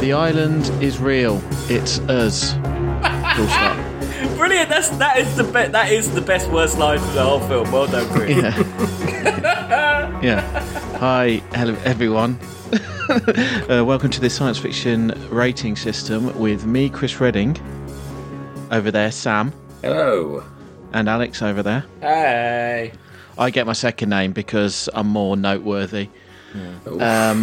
The island is real. It's us. Full stop. Brilliant. That's that is the be- that is the best worst line of the whole film. Well done, Chris. Yeah. yeah. Hi, hello everyone. uh, welcome to the science fiction rating system with me, Chris Redding, over there, Sam, Oh. Hello. and Alex over there. Hey. I get my second name because I'm more noteworthy. Are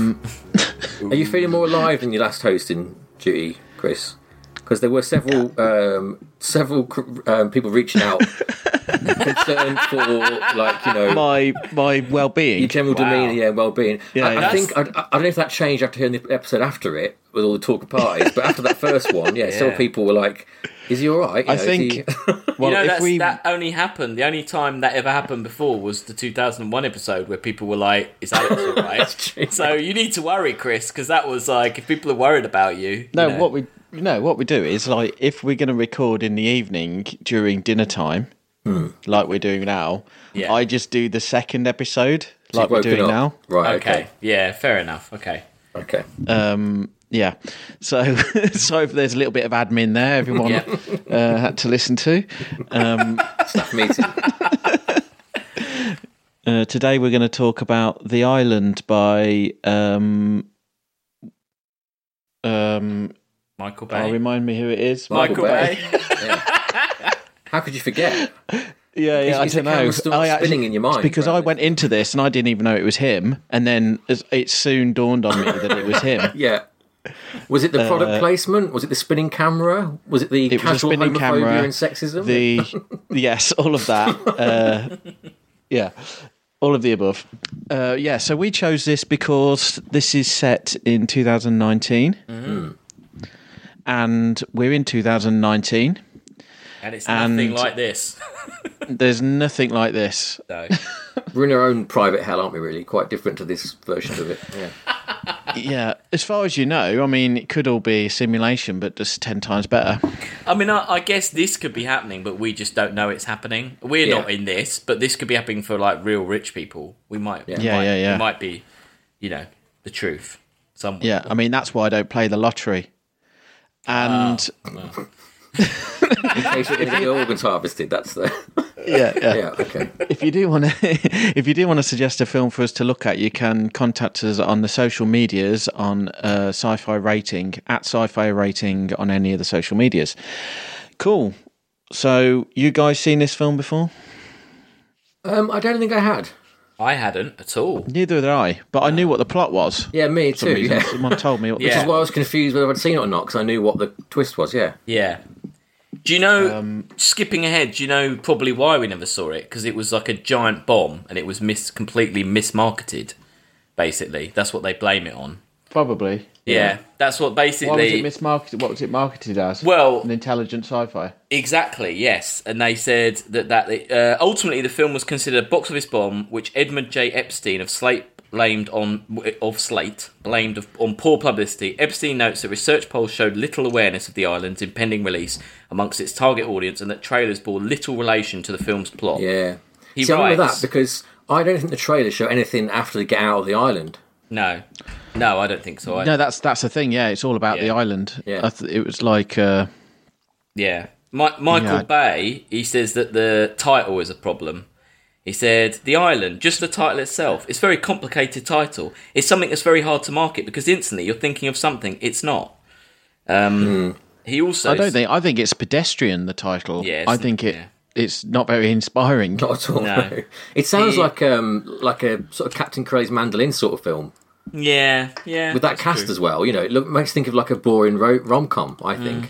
you feeling more alive than your last hosting duty, Chris? Because there were several um, several cr- um, people reaching out concerned for like you know My my your well-being. general Wow. demeanour yeah, and well-being. Yeah, I, yeah. I think I, I don't know if that changed after hearing the episode after it with all the talk of parties, but after that first one, yeah, still Yeah. people were like, "Is he all right?" You I know, is think. he- Well, you know, if that's, we that only happened. The only time that ever happened before was the 2001 episode where people were like, "Is Alex all true. right?" so you need to worry, Chris, because that was like, if people are worried about you, no, you know. what we no, what we do is like if we're going to record in the evening during dinner time, Hmm. like we're doing now. Yeah. I just do the second episode, like we're woken doing up. now. right? Okay. Yeah. Fair enough. Okay. okay. okay. Yeah. So so there's a little bit of admin there. Everyone Yeah. uh, had to listen to. Staff meeting. Uh, today we're going to talk about The Island by um um Michael oh, Bay. remind me who it is. Michael Michael Bay. Bay. How could you forget? Yeah, yeah, is I the don't know. camera still I spinning in your mind, because I Bradley? went into this and I didn't even know it was him, and then as- it soon dawned on me that it was him. Yeah. Was it the product placement? Was it the spinning camera? Was it the Uh, It was a casual spinning homophobia camera. and sexism? the yes, all of that. Uh, yeah, all of the above. Uh, yeah, so we chose this because this is set in 2019, Mm-hmm. and we're in 2019. and it's and- nothing like this. There's nothing like this. No. We're in our own private hell, aren't we? Really, quite different to this version of it. Yeah. Yeah, as far as you know, I mean, it could all be simulation, but just ten times better. I mean, I, I guess this could be happening, but we just don't know it's happening. We're Yeah. not in this, but this could be happening for like real rich people. We might, yeah, Yeah, might, yeah, yeah. it might be, you know, the truth. Some, Yeah, I mean, that's why I don't play the lottery. And In case we're going to get your organs harvested, that's the. yeah, yeah. Yeah. Okay. if you do want to if you do want to suggest a film for us to look at you can contact us on the social medias on uh, sci-fi rating at sci-fi rating on any of the social medias cool so you guys seen this film before Um, I don't think I had. I hadn't at all. neither did i but i knew what the plot was Yeah, me For some too. reason. Yeah. someone told me what the Yeah. Which is why I was confused whether I'd seen it or not because I knew what the twist was. Yeah. Yeah. Do you know, Um, skipping ahead, do you know probably why we never saw it? Because it was like a giant bomb and it was mis- completely mismarketed, basically. That's what they blame it on. probably Yeah. That's what basically. mismarketed what was it marketed as Well- An intelligent sci-fi Exactly, yes. And they said that that uh, ultimately the film was considered a box office bomb, which Edmund J. Epstein of Slate blamed on of Slate blamed of, on poor publicity. Epstein notes that research polls showed little awareness of the island's impending release amongst its target audience, and that trailers bore little relation to the film's plot. Yeah. He See, I remember that writes, because I don't think the trailers show anything after they get out of the island. "No, no, I don't think so. I, no that's that's the thing yeah it's all about the Yeah. island Yeah. I th- it was like uh Yeah. Mi- Michael Yeah. Bay, he says that the title is a problem. He said, The Island, just the title itself, it's a very complicated title. It's something that's very hard to market because instantly you're thinking of something it's not. Hmm. Um, He also. I don't think. I think it's pedestrian. The title. Yeah, it's I n- think it. yeah. It's not very inspiring. Not at all. No. no. It sounds The- like um like a sort of Captain Cray's mandolin sort of film. Yeah, yeah. with that cast as well. You know, it look, makes think of like a boring ro- rom com. I think.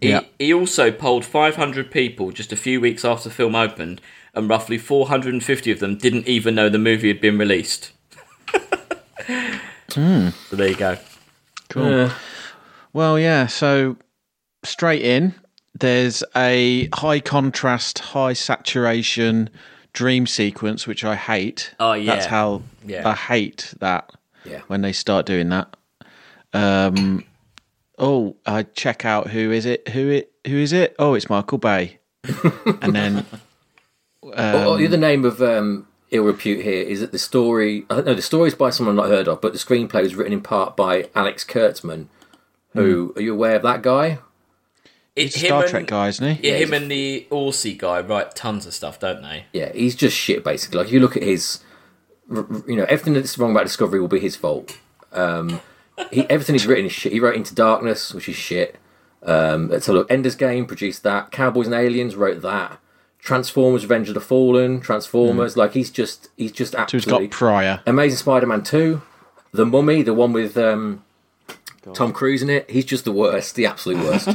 He, Yeah. he also polled 500 people just a few weeks after the film opened, and roughly 450 of them didn't even know the movie had been released. Hmm. So there you go. Cool. uh, Well, yeah. So straight in, there's a high contrast, high saturation dream sequence, which I hate. Oh, yeah. That's how. Yeah. I hate that. Yeah. When they start doing that. Um. Oh, I check out who is it? Who it? Who is it? Oh, it's Michael Bay. and then Or- or the other name of um, ill repute here is that the story. I don't know. The story is by someone not heard of, but the screenplay was written in part by Alex Kurtzman, Who are you aware of that guy? It's Star Trek guy, isn't he? Yeah, Yeah, him and the Aussie guy write tons of stuff, don't they? Yeah, he's just shit basically. Like you look at his, r- r- you know, everything that's wrong about Discovery will be his fault. Um, he everything he's written is shit. He wrote Into Darkness, which is shit. Um, let's have a look. Ender's Game produced that. Cowboys and Aliens wrote that. Transformers: Revenge of the Fallen, Transformers. Like he's just he's just So he's Mm. got absolutely Pryor. Amazing Spider-Man Two, The Mummy, the one with um, Tom Cruise in it. He's just the worst, the absolute worst.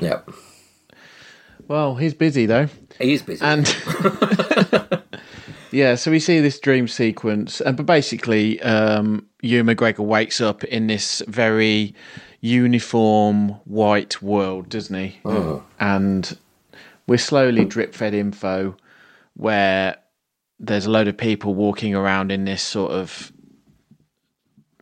yeah, Well, he's busy though. he is busy. And yeah, so we see this dream sequence, and but basically, um, Ewan McGregor wakes up in this very uniform white world, doesn't he? Uh-huh. And we're slowly drip fed info where there's a load of people walking around in this sort of.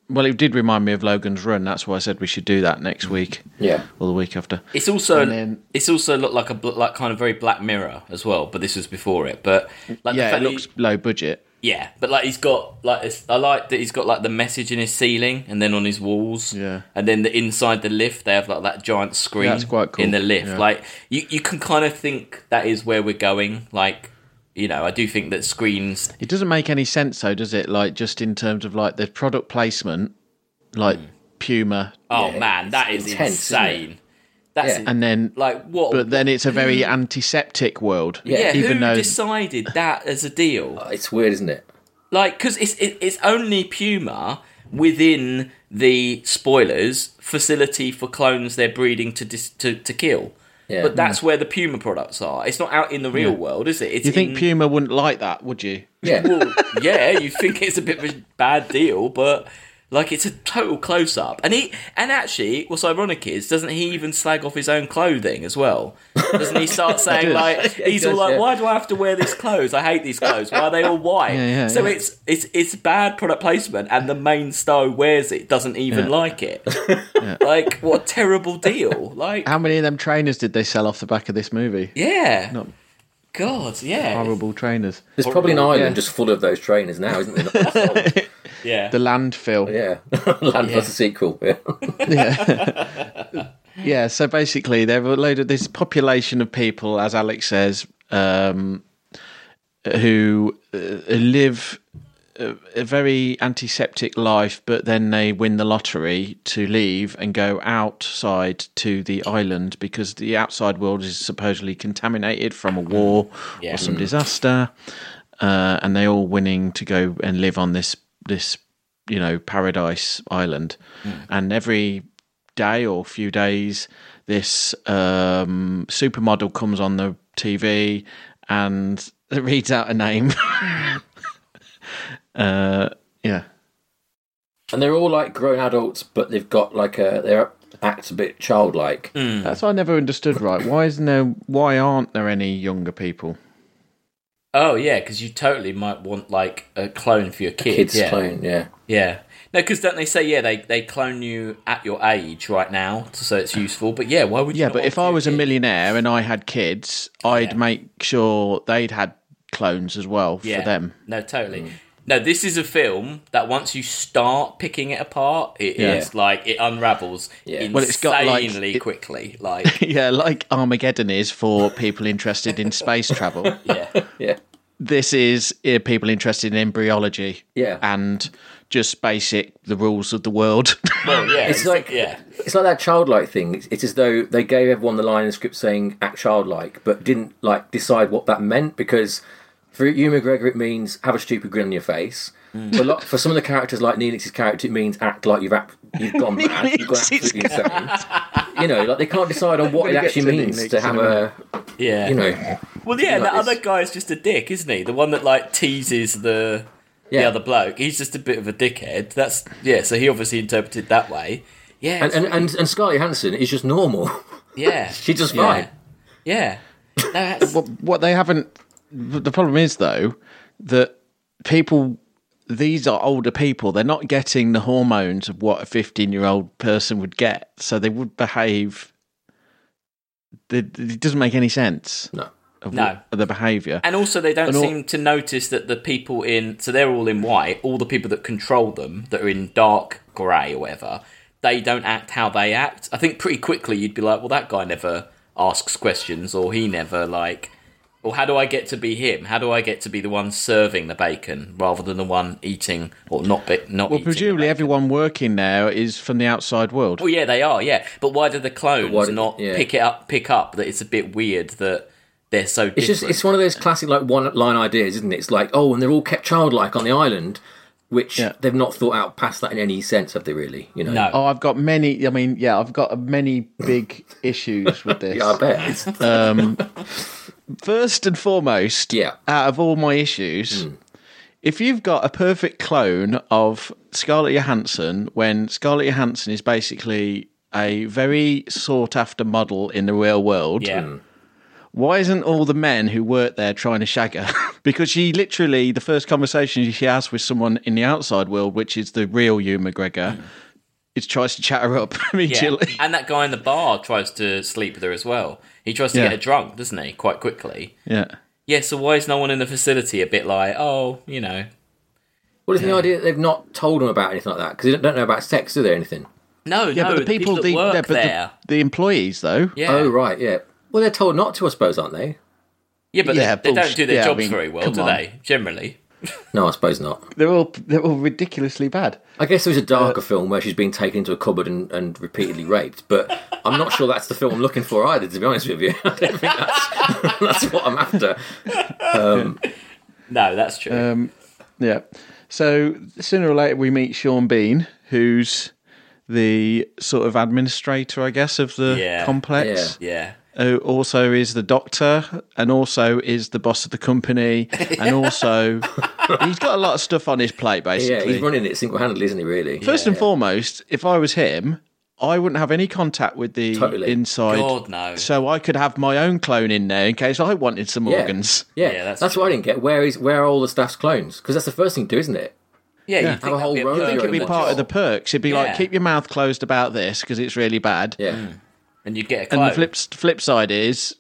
Well, it did remind me of Logan's Run. That's why I said we should do that next week yeah, or the week after. It's also And then- it's also looked like a bl- like kind of very Black Mirror as well, but this was before it. But like the Yeah, it fact that looks low budget. he- yeah, but like he's got like it's, I like that he's got like the message in his ceiling and then on his walls. Yeah. and then the inside the lift they have like that giant screen. That's quite cool. in the lift. Yeah. Like you, you can kind of think that is where we're going. Like you know, I do think that screens It doesn't make any sense, though, does it? Like, just in terms of like the product placement, like Puma, Oh Yeah, man, it's that is intense, isn't it? insane. That's Yeah. and then like what? but then it's a very antiseptic world. yeah, even who though decided that as a deal? it's weird, isn't it? Like, because it's it, it's only Puma within the spoilers facility for clones they're breeding to dis- to to kill. Yeah. But that's where the Puma products are. It's not out in the real world, is it? It's Hmm. you think in- Puma wouldn't like that, would you? Yeah. Well, yeah, you think it's a bit of a bad deal, but like it's a total close up. And he and actually, what's ironic is doesn't he even slag off his own clothing as well? Doesn't he start saying does. like Yeah, he he's does, all like, yeah. why do I have to wear these clothes? I hate these clothes. Why are they all white? Yeah, yeah, so yeah. it's it's it's bad product placement, and the main star who wears it doesn't even Yeah. like it. Like what a terrible deal! Like How many of them trainers did they sell off the back of this movie? yeah, Not- God, yeah, Horrible trainers. There's probably an island Yeah. just full of those trainers now, isn't there? yeah. The landfill. yeah, Land yeah. a sequel. Yeah. Yeah, so basically, they've loaded this population of people, as Alex says, um, who uh, live a, a very antiseptic life, but then they win the lottery to leave and go outside to the island because the outside world is supposedly contaminated from a war Yeah. or some disaster, uh, and they all winning to go and live on this this you know paradise island, and every day or few days, this um, supermodel comes on the TV and reads out a name. uh, yeah. And they're all like grown adults, but they've got like a they are act a bit childlike. That's what I never understood. Right? Why isn't there? Why aren't there any younger people? Oh yeah, because you totally might want like a clone for your kids. Kids yeah. clone, yeah. Yeah. No, because don't they say yeah they they clone you at your age right now, so it's useful. But yeah, why would you Yeah, not but want if to I do was a it? millionaire and I had kids, I'd make sure they'd had clones as well yeah. for them. no, totally. Mm. No, this is a film that once you start picking it apart, it is Yeah. like it unravels Yeah. insanely Well, it's got, like, it- quickly. Like Yeah, like Armageddon is for people interested in space travel. yeah, Yeah. This is uh, people interested in embryology. Yeah. and just basic the rules of the world. well, yeah, It's like yeah, It's like that childlike thing. It's, it's as though they gave everyone the line in the script saying act childlike, but didn't like decide what that meant because for you McGregor it means have a stupid grin on your face. For, lot, for some of the characters like Neelix's character it means act like you've act, you've gone mad, you've gone Neelix's absolutely insane. You know, like they can't decide on what gonna it get actually to means Neelix to in have a minute. a yeah. you know well, yeah, like the this. other guy's just a dick, isn't he? The one that like teases the the Yeah. other bloke. He's just a bit of a dickhead. That's yeah. So he obviously interpreted that way. Yeah, and, and, and, and Scarlett Johansson is just normal. yeah, She just yeah. fine. Yeah, No, that's- what, what they haven't. The problem is though that people. These are older people. They're not getting the hormones of what a 15 year old person would get. So they would behave. It it doesn't make any sense No. of, No. what- of the behavior. and also they don't And all- seem to notice that the people in so they're all in white. All the people that control them that are in dark grey or whatever. they don't act how they act, I think pretty quickly you'd be like, well, that guy never asks questions, or he never like, well, how do I get to be him? How do I get to be the one serving the bacon rather than the one eating or not be, not? Well, eating the presumably bacon? everyone working now is from the outside world. Well, yeah, they are. Yeah, but why do the clones why do- not yeah. pick it up? Pick up that it's a bit weird that they're so. It's just it's one of those classic like one line ideas, isn't it? It's like oh, and they're all kept childlike on the island, which Yeah. they've not thought out past that in any sense, have they? Really, you know? No. Oh, I've got many. I mean, yeah, I've got many big issues with this. Yeah, I bet. It's, First and foremost, Yeah. Hmm. out of all my issues, if you've got a perfect clone of Scarlett Johansson, when Scarlett Johansson is basically a very sought after model in the real world, yeah. Mm. why isn't all the men who work there trying to shag her? because she literally, the first conversation she has with someone in the outside world, which is the real you, Hmm. McGregor, is tries to chat her up Yeah. immediately. And that guy in the bar tries to sleep with her as well. He tries to Yeah. get her drunk, doesn't he? Quite quickly. Yeah. Yeah. So why is no one in the facility a bit like, oh, you know, well, it's the idea that they've not told them about anything like that because they don't know about sex, do they? Anything? no, Yeah, no, but the people, that the, work yeah, but there. the, the employees though. yeah. Oh right, yeah. Well, they're told not to, I suppose, aren't they? yeah, but they- Yeah, they, don't bullshit. do their Yeah, I jobs mean, very well, come do on. they? Generally. No, I suppose not. They're all they're all ridiculously bad. I guess there was a darker film where she's being taken into a cupboard and, and repeatedly raped, but I'm not sure that's the film I'm looking for either. To be honest with you, I don't think that's, that's what I'm after. No, that's true. Um, Yeah. So sooner or later we meet Sean Bean, who's the sort of administrator, I guess, of the Yeah. complex. yeah. Who also is the doctor, and also is the boss of the company, and also he's got a lot of stuff on his plate. Yeah, Basically, he's running it single-handedly, isn't he? Really? first and foremost, if I was him, I wouldn't have any contact with the Totally. inside. God no. So I could have my own clone in there in case I wanted some Yeah. organs. Yeah, Yeah, that's that's, what I didn't get. Where is where are all the staff's clones? Because that's the first thing to do, isn't it? yeah, you think Have a whole row of your It'd be Pretty part much. of the perks. It'd be Yeah. like keep your mouth closed about this because it's really bad. Yeah, and you get a And clone. the flip flip side is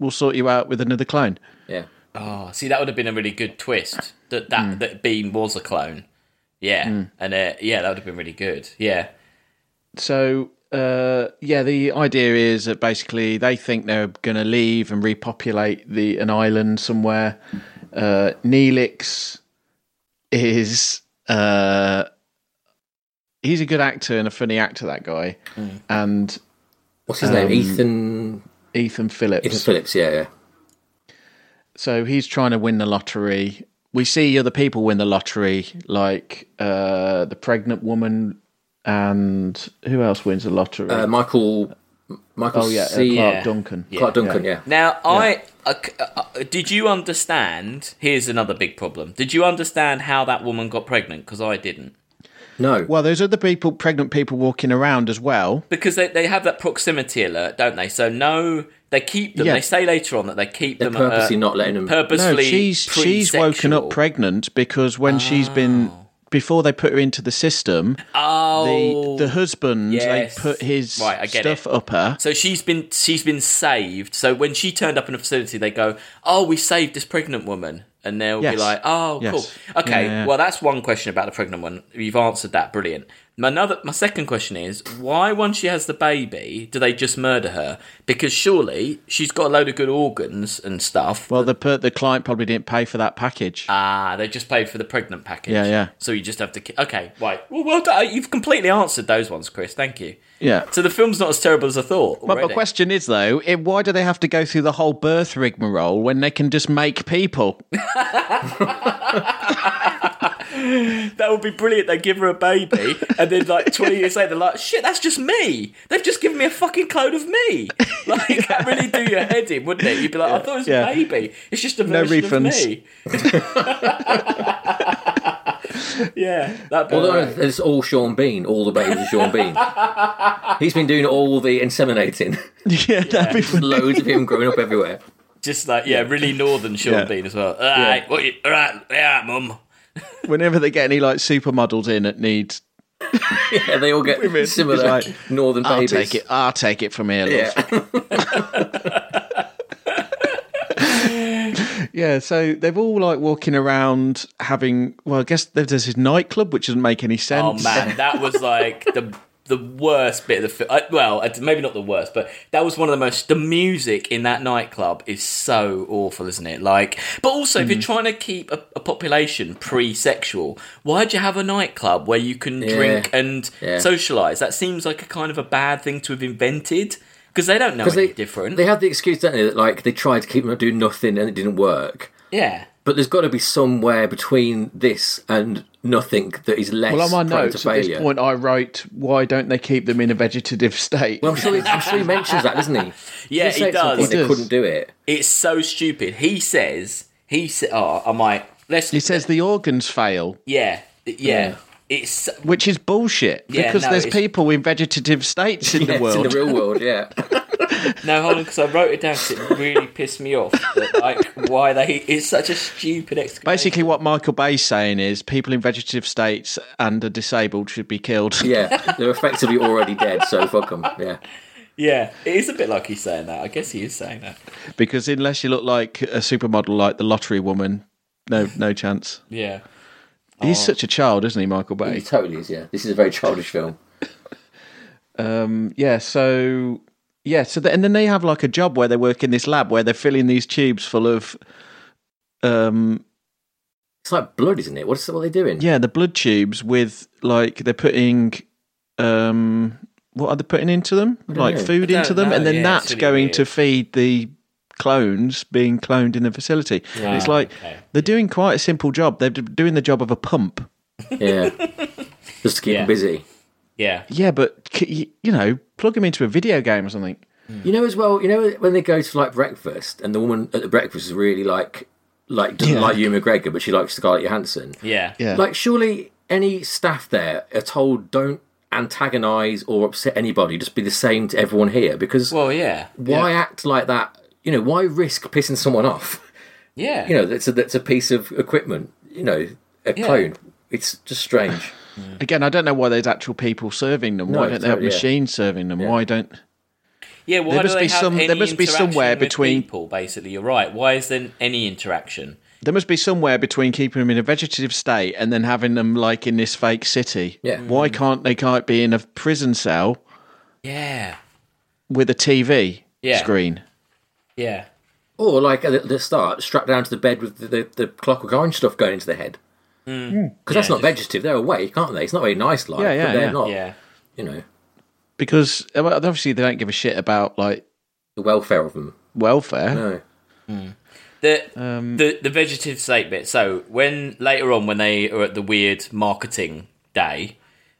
we'll sort you out with another clone. yeah. Oh, see, that would have been a really good twist. That that, Hmm. that Bean was a clone. Yeah, and uh, yeah, that would have been really good. Yeah, So uh, yeah, the idea is that basically they think they're going to leave and repopulate the an island somewhere. Uh, Neelix is uh, he's a good actor and a funny actor. That guy Mm. and What's his Um, name? Ethan Ethan Ethan Phillips. Phillips. Yeah, yeah. So he's trying to win the lottery. We see other people win the lottery, like uh, the pregnant woman, and who else wins the lottery? Uh, Michael. Michael. oh yeah, uh, Clark C. Um, yeah. Duncan. Yeah. Clark Duncan. Yeah. Now, I uh, c- uh, uh, did you understand? Here's another big problem. Did you understand how that woman got pregnant? Because I didn't. No. Well, there's other people, pregnant people walking around as well. Because they, they have that proximity alert, don't they? So no, they keep them. Yeah. They say later on that they keep They're them at, purposely uh, not letting him. No, purposefully. she's she's woken pre-sexual. Ah. up pregnant because when she's been before they put her into the system, Oh, the the husband yes. they put his Right, I get stuff it. up her. So she's been she's been saved. So when she turned up in a facility, they go, "Oh, we saved this pregnant woman," and they'll be Yes. like, "Oh, Yes. cool, okay." Yeah, yeah. Well, that's one question about the pregnant one. You've answered that, brilliant. My another, my second question is, why once she has the baby, do they just murder her? Because surely she's got a load of good organs and stuff. Well, the per- the client probably didn't pay for that package. Ah, they just paid for the pregnant package. Yeah, yeah. So you just have to. ki- Okay, right. Well, well done. You've completely answered those ones, Chris. Thank you. yeah. So the film's not as terrible as I thought. But my already. question is though, it, why do they have to go through the whole birth rigmarole when they can just make people? That would be brilliant. They give her a baby, and then like twenty years later, they're like, "Shit, that's just me. They've just given me a fucking clone of me." Like that really do your head in, wouldn't it? You'd be like, "I thought it was Yeah. a baby. It's just a No version refunds. of me." yeah, that'd be Although alright. it's all Sean Bean, all the babies are Sean Bean. He's been doing all the inseminating. yeah, that'd be fun. Loads of him growing up everywhere. just like yeah, really northern Sean Yeah. Bean as well. All right, what you, all right, all right, mum. Whenever they get any like supermodels in that need, Yeah, they all get Women. similar It's like, northern I'll babies. take it. I'll take it from here. Love. Yeah. Yeah, so they've all like walking around having. Well, I guess there's this nightclub, which doesn't make any Oh sense. man, that was like the the worst bit of the film. I, well, I- maybe not the worst, but that was one of the most. The music in that nightclub is so awful, isn't it? Like, but also if you're trying to keep a, a population pre-sexual, why'd you have a nightclub where you can drink and Yeah. socialize? That seems like a kind of a bad thing to have invented because they don't know any Because different. They have the excuse, don't they, that like they tried to keep them doing nothing and it didn't work. yeah. But there's got to be somewhere between this and nothing that is less Well, on my prone notes to at failure. this point, I wrote, "Why don't they keep them in a vegetative state?" Well, I'm sure, he, I'm sure he mentions that, doesn't he? Yeah, Does say he at some does. point He they does. couldn't do it. It's so stupid. He says he said, "Oh, I might." Let's. he says the organs fail, "Yeah, yeah." It's which is bullshit Yeah, because no, there's it's- people in vegetative states in Yeah, the it's in world. the real world, yeah. no, hold on, because I wrote it down 'cause it really pissed me off. That, like, why they? It's such a stupid exclamation. Basically, what Michael Bay's saying is people in vegetative states and are disabled should be killed. Yeah, they're effectively already dead, so fuck them. Yeah, yeah, it is a bit like he's saying that. I guess he is saying that. because unless you look like a supermodel, like the lottery woman, no, no chance. Yeah. He's such a child, isn't he, Michael Bay? he totally is. Yeah, this is a very childish film. Mm, Yeah, so yeah, so the, and then they have like a job where they work in this lab where they're filling these tubes full of It's like blood, isn't it? What's what are they doing? yeah, the blood tubes with like they're putting um what are they putting into them? Like know. food I don't into them and know, then yeah, it's that's really going to weird. feed the clones being cloned in the facility. And it's Ah, like okay. they're doing quite a simple job. They're d- doing the job of a pump. Yeah. just to keep Yeah. them busy. Yeah. Yeah, but c- y- you know, plug them into a video game or something. You know, as well, you know when they go to like breakfast, and the woman at the breakfast is really like, like doesn't Yeah. like you McGregor, but she likes Scarlett Johansson. Yeah. Yeah. Like, surely any staff there are told don't antagonize or upset anybody. Just be the same to everyone here, because Well, yeah. why act like that? You know, why risk pissing someone off? Yeah. You know, that's a, that's a piece of equipment. You know, a clone. It's just strange. Again, I don't know why there's actual people serving them. No, why don't they have totally, yeah. machines serving them? Why don't yeah. Why there do must they be have some- any there must be interaction somewhere with between- people. Basically, you're right. Why is there any interaction? There must be somewhere between keeping them in a vegetative state and then having them like in this fake city. Yeah. Why Mm-hmm. can't they can't be in a prison cell Yeah. with a TV Yeah. screen? Yeah. Or like at the start, strapped down to the bed with the, the, the clockwork orange stuff going into the head. Because that's Yeah, not vegetative. They're awake, aren't they? It's not very nice life. Yeah, yeah, but they're yeah. not. Yeah. You know, Because uh, well, obviously they don't give a shit about like the welfare of them. welfare. No. The, Um, the the vegetative state bit. So when later on, when they are at the weird marketing day,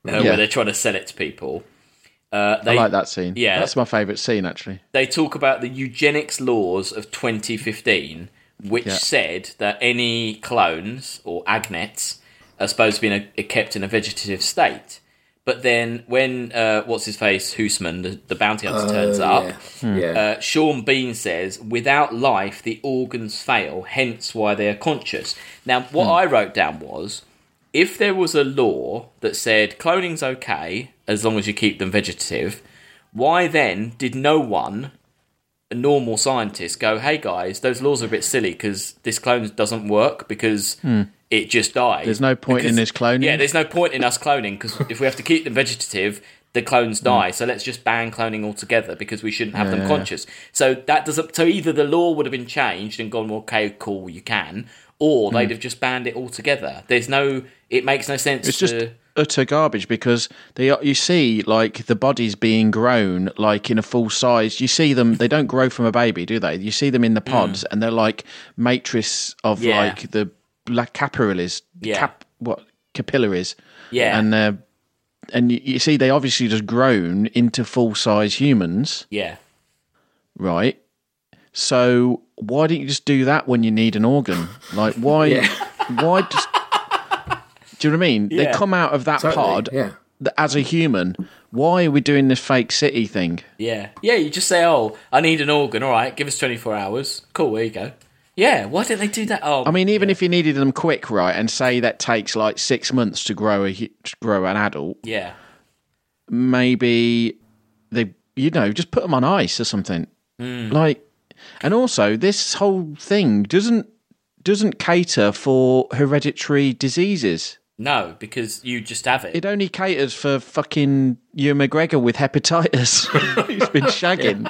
uh, Yeah. where they're trying to sell it to people, uh, I they like that scene. Yeah. That's my favourite scene actually. they talk about the eugenics laws of 2015, which said that any clones or agnets are supposed to be in a, kept in a vegetative state. But then when uh, what's his face Hoosman, the, the bounty hunter, turns Yeah. up. yeah. Uh, Sean Bean says, without life, the organs fail, hence why they are conscious. Now, Hmm. what I wrote down was if there was a law that said cloning's okay as long as you keep them vegetative, why then did no one, a normal scientist, go, hey guys, those laws are a bit silly because this clone doesn't work because it just dies? Hmm. There's no point in Because- this cloning. Yeah, there's no point in us cloning because if we have to keep them vegetative, the clones Hmm. die. So let's just ban cloning altogether because we shouldn't have them conscious. So that doesn't. So either the law would have been changed and gone, well, okay, cool, you can, or Hmm. they'd have just banned it altogether. There's no. It makes no sense. It's just to- utter garbage because they are, you see like the bodies being grown like in a full size. You see them; they don't grow from a baby, do they? You see them in the pods, and they're like matrix of Mm. Yeah. like the like capillaries, Yeah. cap what capillaries, Yeah. and they're and you, you see they obviously just grown into full size humans, yeah. right? So why don't you just do that when you need an organ? Like why? Why just? Do you know what I mean? Yeah. They come out of that Totally, pod yeah. th- as a human. Why are we doing this fake city thing? Yeah. Yeah, you just say, oh, I need an organ. All right, give us 24 hours. Cool, there you go. Yeah, why didn't they do that? Oh, I mean, even if you needed them quick, right, and say that takes like six months to grow a hu- to grow an adult, yeah. maybe they you know just put them on ice or something. Hmm. Like, and also this whole thing doesn't doesn't cater for hereditary diseases. No, because you just have it. It only caters for fucking Ewan McGregor with hepatitis. He's been shagging.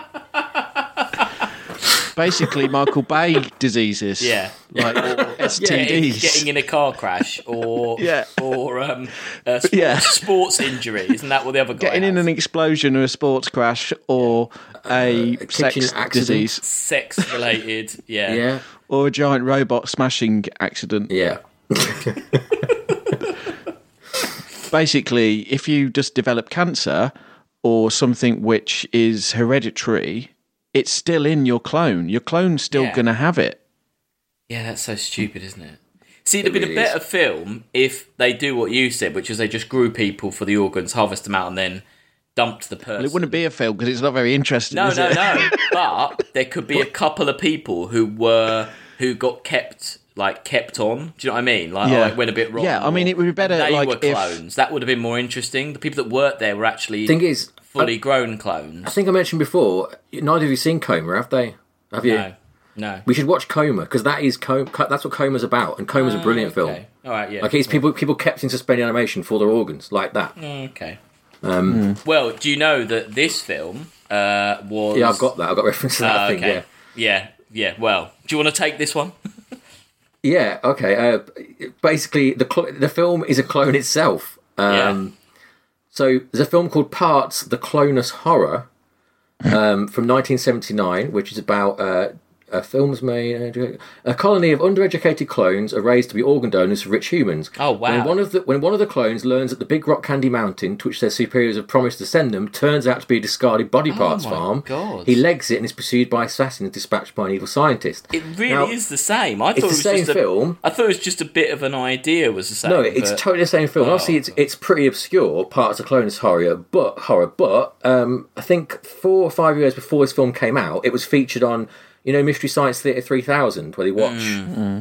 Basically, Michael Bay diseases. Yeah. Like or STDs. Getting, getting in a car crash or Yeah. or um, uh, sports, Yeah. sports injury. Isn't that what the other guy Getting in has? an explosion or a sports crash or Uh, a, kitchen sex accident. disease sex related? Yeah. Yeah, or a giant robot smashing accident. yeah. basically, if you just develop cancer or something which is hereditary, it's still in your clone. Your clone's still Yeah. going to have it. Yeah, that's so stupid, isn't it? See, it'd have been really a better film if they do what you said, which is they just grew people for the organs, harvest them out, and then dumped the person. Well, it wouldn't be a film because it's not very interesting. no, is no, it? no. But there could be a couple of people who were who got kept like kept on. Do you know what I mean? Like, Yeah. oh, it went a bit wrong. Yeah, I or mean, it would be better, They like, were if- clones. That would have been more interesting. The people that worked there were actually Thing is, fully grown I clones. think I mentioned before. Neither of you seen Coma, have they? Have you? No, no. We should watch Coma because that is Com- Co- that's what Coma's about, and Coma's a brilliant film. Oh, Okay. All right. Yeah. Like it's people people kept in suspended animation for their organs like that. Okay. Um, Well, do you know that this film uh, was? Yeah, I've got that. I've got reference to that. Oh, I think. okay. Yeah. yeah. Yeah. Well, do you want to take this one? Yeah. Okay. Uh, basically, the cl- the film is a clone itself. Um, So there's a film called Parts: The Clonus Horror um, from 1979, which is about uh, a film's made a colony of undereducated clones are raised to be organ donors for rich humans. Oh, wow. When one of the when one of the clones learns that the Big Rock Candy Mountain, to which their superiors have promised to send them, turns out to be a discarded body parts Oh my farm, God. he legs it and is pursued by assassins dispatched by an evil scientist. It really Now- is the same. I thought the it was same just a, film. I thought it was just a bit of an idea was the same. No, it's but- totally the same film. Obviously, it's it's pretty obscure. Parts of Clonus horror, but horror. But um, I think four or five years before this film came out, it was featured on you know Mystery Science Theatre three thousand, where they watch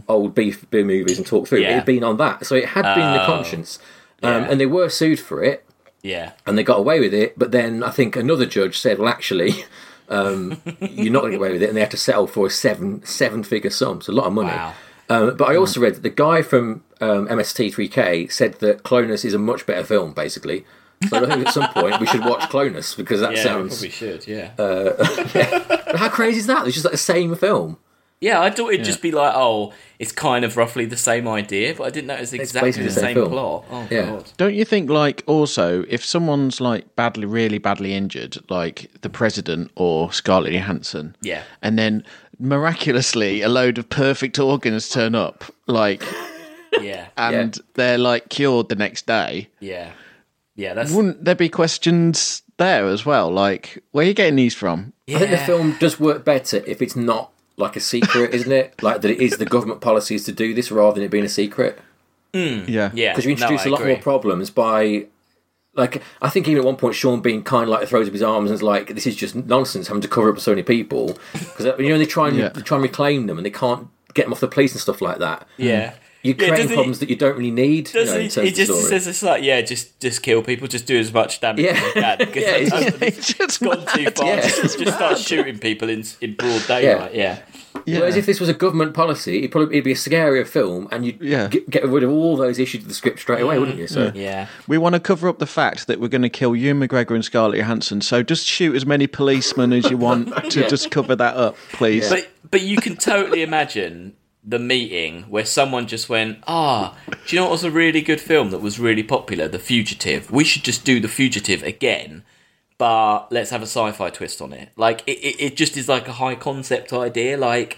old B, B movies and talk through. it. It Mm. Yeah. Oh. had been on that, so it had been in the conscience, um, and they were sued for it yeah. and they got away with it. But then I think another judge said, "Well, actually, um, you're not going to get away with it," and they had to settle for a seven seven figure sum. It's a lot of money. Wow. Hmm. Um, but I also read that the guy from um, MST3K said that Clonus is a much better film, basically. So I think at some point we should watch Clonus because that Yeah, we sounds. uh, probably should. Yeah. But how crazy is that? It's just like the same film. yeah, I thought it'd just be like, oh, it's kind of roughly the same idea, but I didn't know it was exactly basically the the same same film. plot. Oh Yeah. god. Don't you think, like, also, if someone's, like, badly, really badly injured, like the president or Scarlett Johansson, Yeah. and then miraculously a load of perfect organs turn up, like, Yeah. and they're, like, cured the next day, yeah. Yeah. That's. wouldn't there be questions there as well? Like, where are you getting these from? yeah. I think the film does work better if it's not like a secret, isn't it? Like that it is the government policies to do this rather than it being a secret. Yeah. Hmm. Yeah. because you introduce no, I a lot agree. more problems by like I think even at one point Sean Bean kind of like throws up his arms and is like this is just nonsense having to cover up so many people because you know they try and Yeah. they try and reclaim them and they can't get them off the police and stuff like that Yeah. Hmm. Yeah, you're creating doesn't he- problems that you don't really need you know, Doesn't in it, terms it just of story says it's like yeah, just just kill people, just do as much damage Yeah. as you can. Yeah, it's Because just- It's just gone too far. Yeah. Just, just start shooting people in in broad daylight. Yeah, whereas if this was a government policy it'd probably it'd be a scarier film and you'd Yeah. get, get rid of all those issues of the script straight away wouldn't you so yeah, yeah. We want to cover up the fact that we're going to kill you, McGregor and Scarlett Johansson. So just shoot as many policemen as you want to just cover that up, please. But but you can totally imagine the meeting where someone just went, ah, do you know what was a really good film that was really popular? The Fugitive. We should just do The Fugitive again, but let's have a sci-fi twist on it. Like it, it, it just is like a high concept idea. Like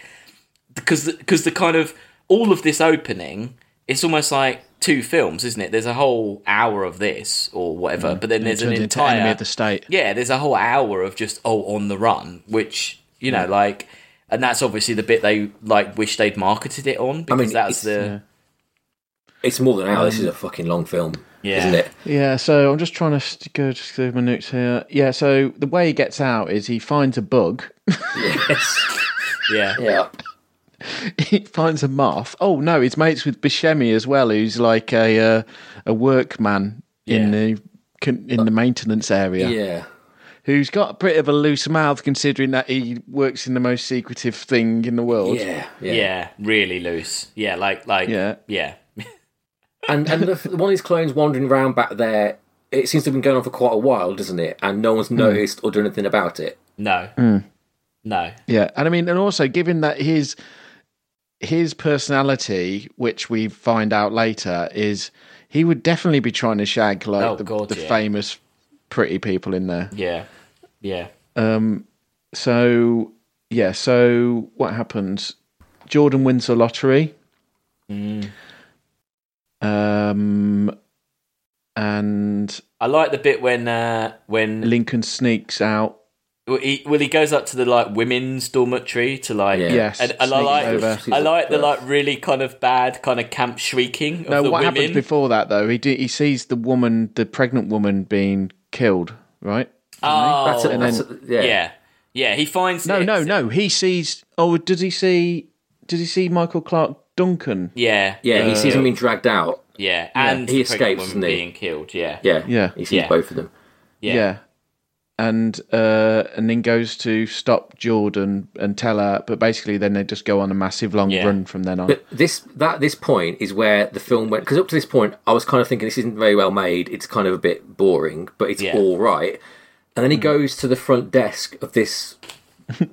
because because the kind of all of this opening, it's almost like two films, isn't it? There's a whole hour of this or whatever, but then there's an Turned into entire enemy of the state. yeah, there's a whole hour of just oh on the run, which you know, like, and that's obviously the bit they like wish they'd marketed it on because mean, that's it's- the it's more than an hour this is a fucking long film Um, Yeah. isn't it Yeah, so I'm just trying to st- go just through my notes here. Yeah, so the way he gets out is he finds a bug, yes yeah. yeah he finds a moth. Oh no, he's mates with Bishemi as well, who's like a uh, a workman in Yeah. the con- in the maintenance area. yeah who's got a bit of a loose mouth considering that he works in the most secretive thing in the world. yeah yeah, really loose, yeah, like like Yeah. yeah, and and the, one of these clones wandering around back there. It seems to have been going on for quite a while, doesn't it? And no one's noticed or done anything about it. No. No. Yeah, and I mean, and also given that his his personality, which we find out later, is he would definitely be trying to shag like Oh, the, God, the yeah. famous pretty people in there. Um, Yeah. Yeah. So yeah, so what happens? Jordan wins the lottery. Mm. Um, and I like the bit when uh, when Lincoln sneaks out. well he, well he goes up to the like women's dormitory to like Yeah. Yes, and, and I sneaks like over. I like the like really kind of bad kind of camp shrieking of No, the what women. happens before that though? He d- he sees the woman, the pregnant woman, being killed. Right? oh, That's it. and That's then- it, yeah. yeah, yeah. He finds Oh, No, it. no, no. He sees. Oh, does he see? Does he see Michael Clark Duncan? Yeah, Yeah, he sees him being dragged out. yeah. And the pregnant He escapes, woman doesn't he? being killed. Yeah, Yeah, Yeah. He sees Yeah. both of them. Yeah. And uh, and then goes to stop Jordan and tell her, but basically then they just go on a massive long Yeah. run from then on. But this that this point is where the film went because up to this point I was kind of thinking this isn't very well made. It's kind of a bit boring, but it's Yeah. all right. And then he goes to the front desk of this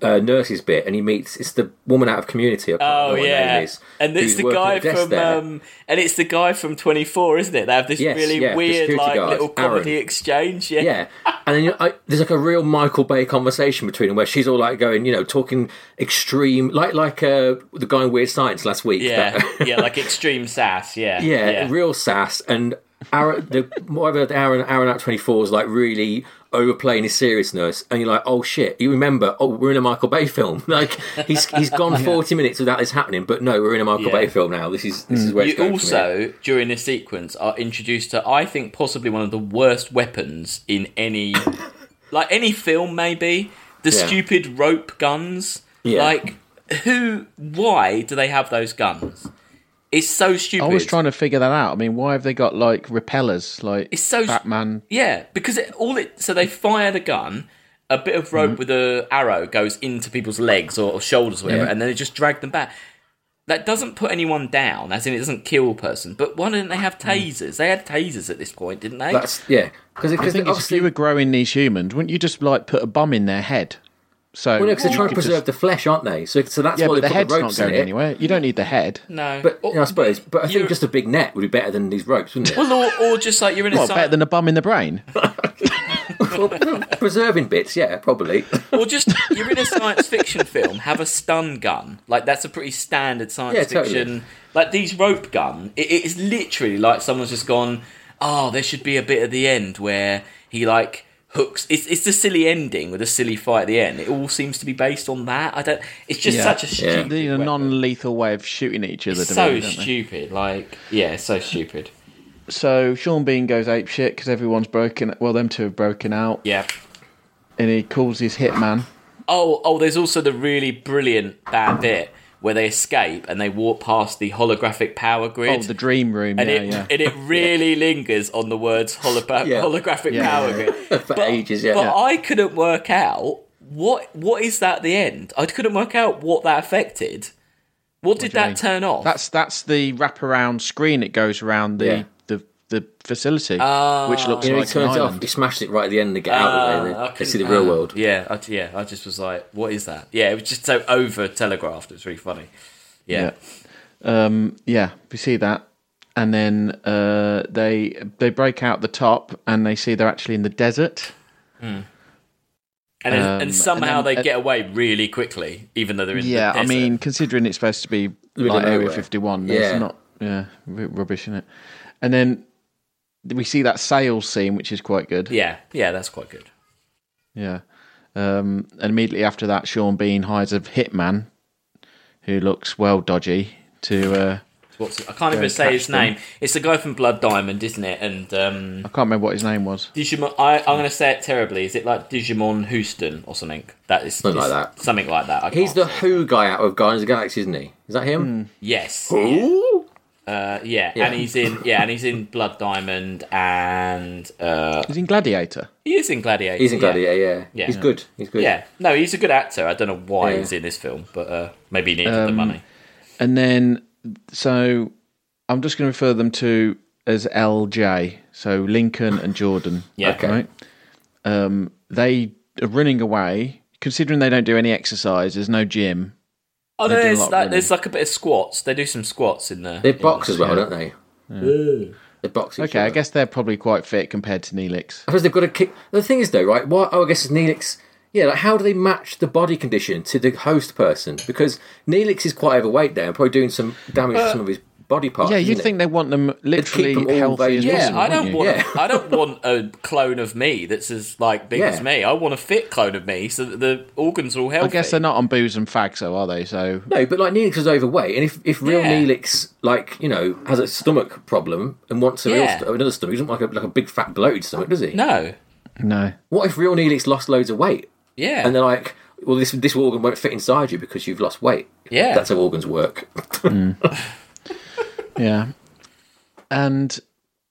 uh, nurses bit, and he meets it's the woman out of community. I can't Oh remember what her yeah, name is, and it's who's the working at guy desk from there. um, and it's the guy from Twenty Four, isn't it? They have this Yes, really yeah, the weird security like guard, little comedy Aaron. exchange. Yeah, Yeah, and then you know, I, there's like a real Michael Bay conversation between them where she's all like going, you know, talking extreme, like like uh, the guy in Weird Science last week. yeah, that- yeah, like extreme sass. Yeah, yeah, yeah. real sass and Aaron, the whatever the Aaron Aaron at twenty four is like really overplaying his seriousness, and you're like, oh shit, you remember? Oh, we're in a Michael Bay film. Like he's he's gone forty minutes without this happening, but no, we're in a Michael Yeah. Mm. Bay film now. This is this is where it's You going for me. also, during this sequence, are introduced to, I think, possibly one of the worst weapons in any, like any film, maybe the Yeah. stupid rope guns. Yeah. Like, who? Why do they have those guns? It's so stupid. I was trying to figure that out. I mean, why have they got like repellers? Like It's so Batman. Yeah, because it, all it so they fire the gun, a bit of Mm-hmm. rope with a arrow goes into people's legs or, or shoulders, or whatever, Yeah. and then it just dragged them back. That doesn't put anyone down, as in it doesn't kill a person. But why didn't they have tasers? They had tasers at this point, didn't they? Mm. That's yeah, because I think it's if obviously. you were growing these humans, wouldn't you just like put a bomb in their head? So Well, no, because they're trying to you could preserve just- the flesh, aren't they? So, so that's yeah, why but the they put head's the not ropes in going it. anywhere. You don't need the head. no, But you know, I suppose, but I you're- think just a big net would be better than these ropes, wouldn't it? well, or, or just like you're in a What sci- better than a bum in the brain? Preserving bits, yeah, probably. or just you're in a science fiction film. Have a stun gun, like that's a pretty standard science Yeah, totally. fiction. Like these rope gun, it, it is literally like someone's just gone. Oh, there should be a bit at the end where he like hooks. It's it's the silly ending with a silly fight at the end. It all seems to be based on that. I don't. It's just Yeah. such a Yeah. stupid. They need a weapon. non-lethal way of shooting at each other. so don't they? stupid. Like yeah, so stupid. So Sean Bean goes ape shit because everyone's broken. Well, them two have broken out, Yeah. and he calls his hitman. Oh, oh, there's also the really brilliant bad bit where they escape and they walk past the holographic power grid. Oh, the dream room. and yeah, it yeah. and it really lingers on the words holopa- Yeah. holographic Yeah. power grid. For ages, yeah. But Yeah. I couldn't work out what what is that at the end. I couldn't work out what that affected. What, did do you that mean? turn off? that's that's the wraparound screen that goes around the Yeah. the, the facility, which looks You know, he like an turns it off, island. he smashes it right at the end and get out of there. I and They couldn't- see the real uh, world. Yeah, I, yeah. I just was like, what is that? Yeah, it was just so over telegraphed. It was really funny. Yeah. Um, Yeah, we see that, and then uh, they they break out the top, and they see they're actually in the desert. And, then, Um, and and somehow then- they get away really quickly, even though they're in Yeah, the I desert. mean, considering it's supposed to be Middle like of Area nowhere. 51, Yeah. it's not yeah r- rubbish in it. And then we see that sales scene, which is quite good. yeah, yeah, that's quite good. Yeah. Um, and immediately after that, Sean Bean hires a hitman who looks well dodgy to. Uh, What's I can't even say catch his them. name. It's the guy from Blood Diamond, isn't it? And um, I can't remember what his name was. Digimon. I, I'm going to say it terribly. Is it like Digimon Houston or something? That is Something like is that. Something like that. I He's can't the say. Who guy out of Guardians of the Galaxy, isn't he? Is that Hmm. him? yes. Who? Uh, yeah. Yeah. and he's in yeah, and he's in Blood Diamond, and uh, He's in Gladiator. he is in Gladiator. He's in yeah. Gladiator, yeah. Yeah. He's good. He's good. Yeah, no, he's a good actor. I don't know why Yeah. he's in this film, but uh, Um, maybe he needed the money. And then, so I'm just going to refer them to as LJ, so Lincoln and Jordan. Yeah. Okay. Right? Um, they are running away, considering they don't do any exercise, there's no gym. Oh, They no, do a there's, lot of that, running. there's like a bit of squats. They do some squats in there. They box as well, yeah. don't they? They box. Each Okay, I other. guess they're probably quite fit compared to Neelix. I suppose they've got to kick. The thing is, though, right? Why? Oh, I guess it's Neelix. Yeah, like how do they match the body condition to the host person? Because Neelix is quite overweight there, and probably doing some damage to some of his body parts. Yeah, you'd isn't it? think they want them literally them all healthy as based- Yeah, possible, I don't wouldn't you? want. Yeah. I don't want a clone of me that's as like big Yeah. as me. I want a fit clone of me, so that the organs are all healthy. I guess they're not on booze and fags, though, are they? So No, but like Neelix is overweight, and if, if real Yeah. Neelix, like you know, has a stomach problem and wants a real Yeah. st- another stomach, he doesn't want like a, like a big fat bloated stomach, does he? No. no, What if real Neelix lost loads of weight, Yeah. and they're like, well, this this organ won't fit inside you because you've lost weight. Yeah. that's how organs work. yeah, and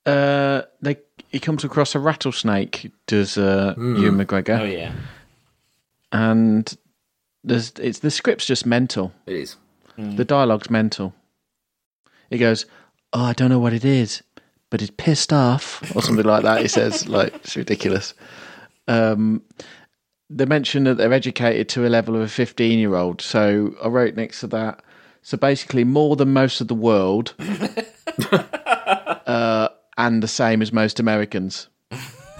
uh, they he comes across a rattlesnake, does uh, Ewan McGregor, oh yeah. and there's it's the script's just mental. it is. Mm. The dialogue's mental. He goes, "Oh, I don't know what it is, but it's pissed off or something like that." He says, "Like it's ridiculous." Um, they mention that they're educated to a level of a fifteen-year-old. So I wrote next to that. So basically, more than most of the world, uh, and the same as most Americans.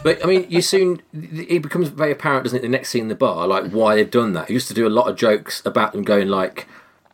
But I mean, you soon it becomes very apparent, doesn't it? The next scene in the bar, like why they've done that. He used to do a lot of jokes about them going like,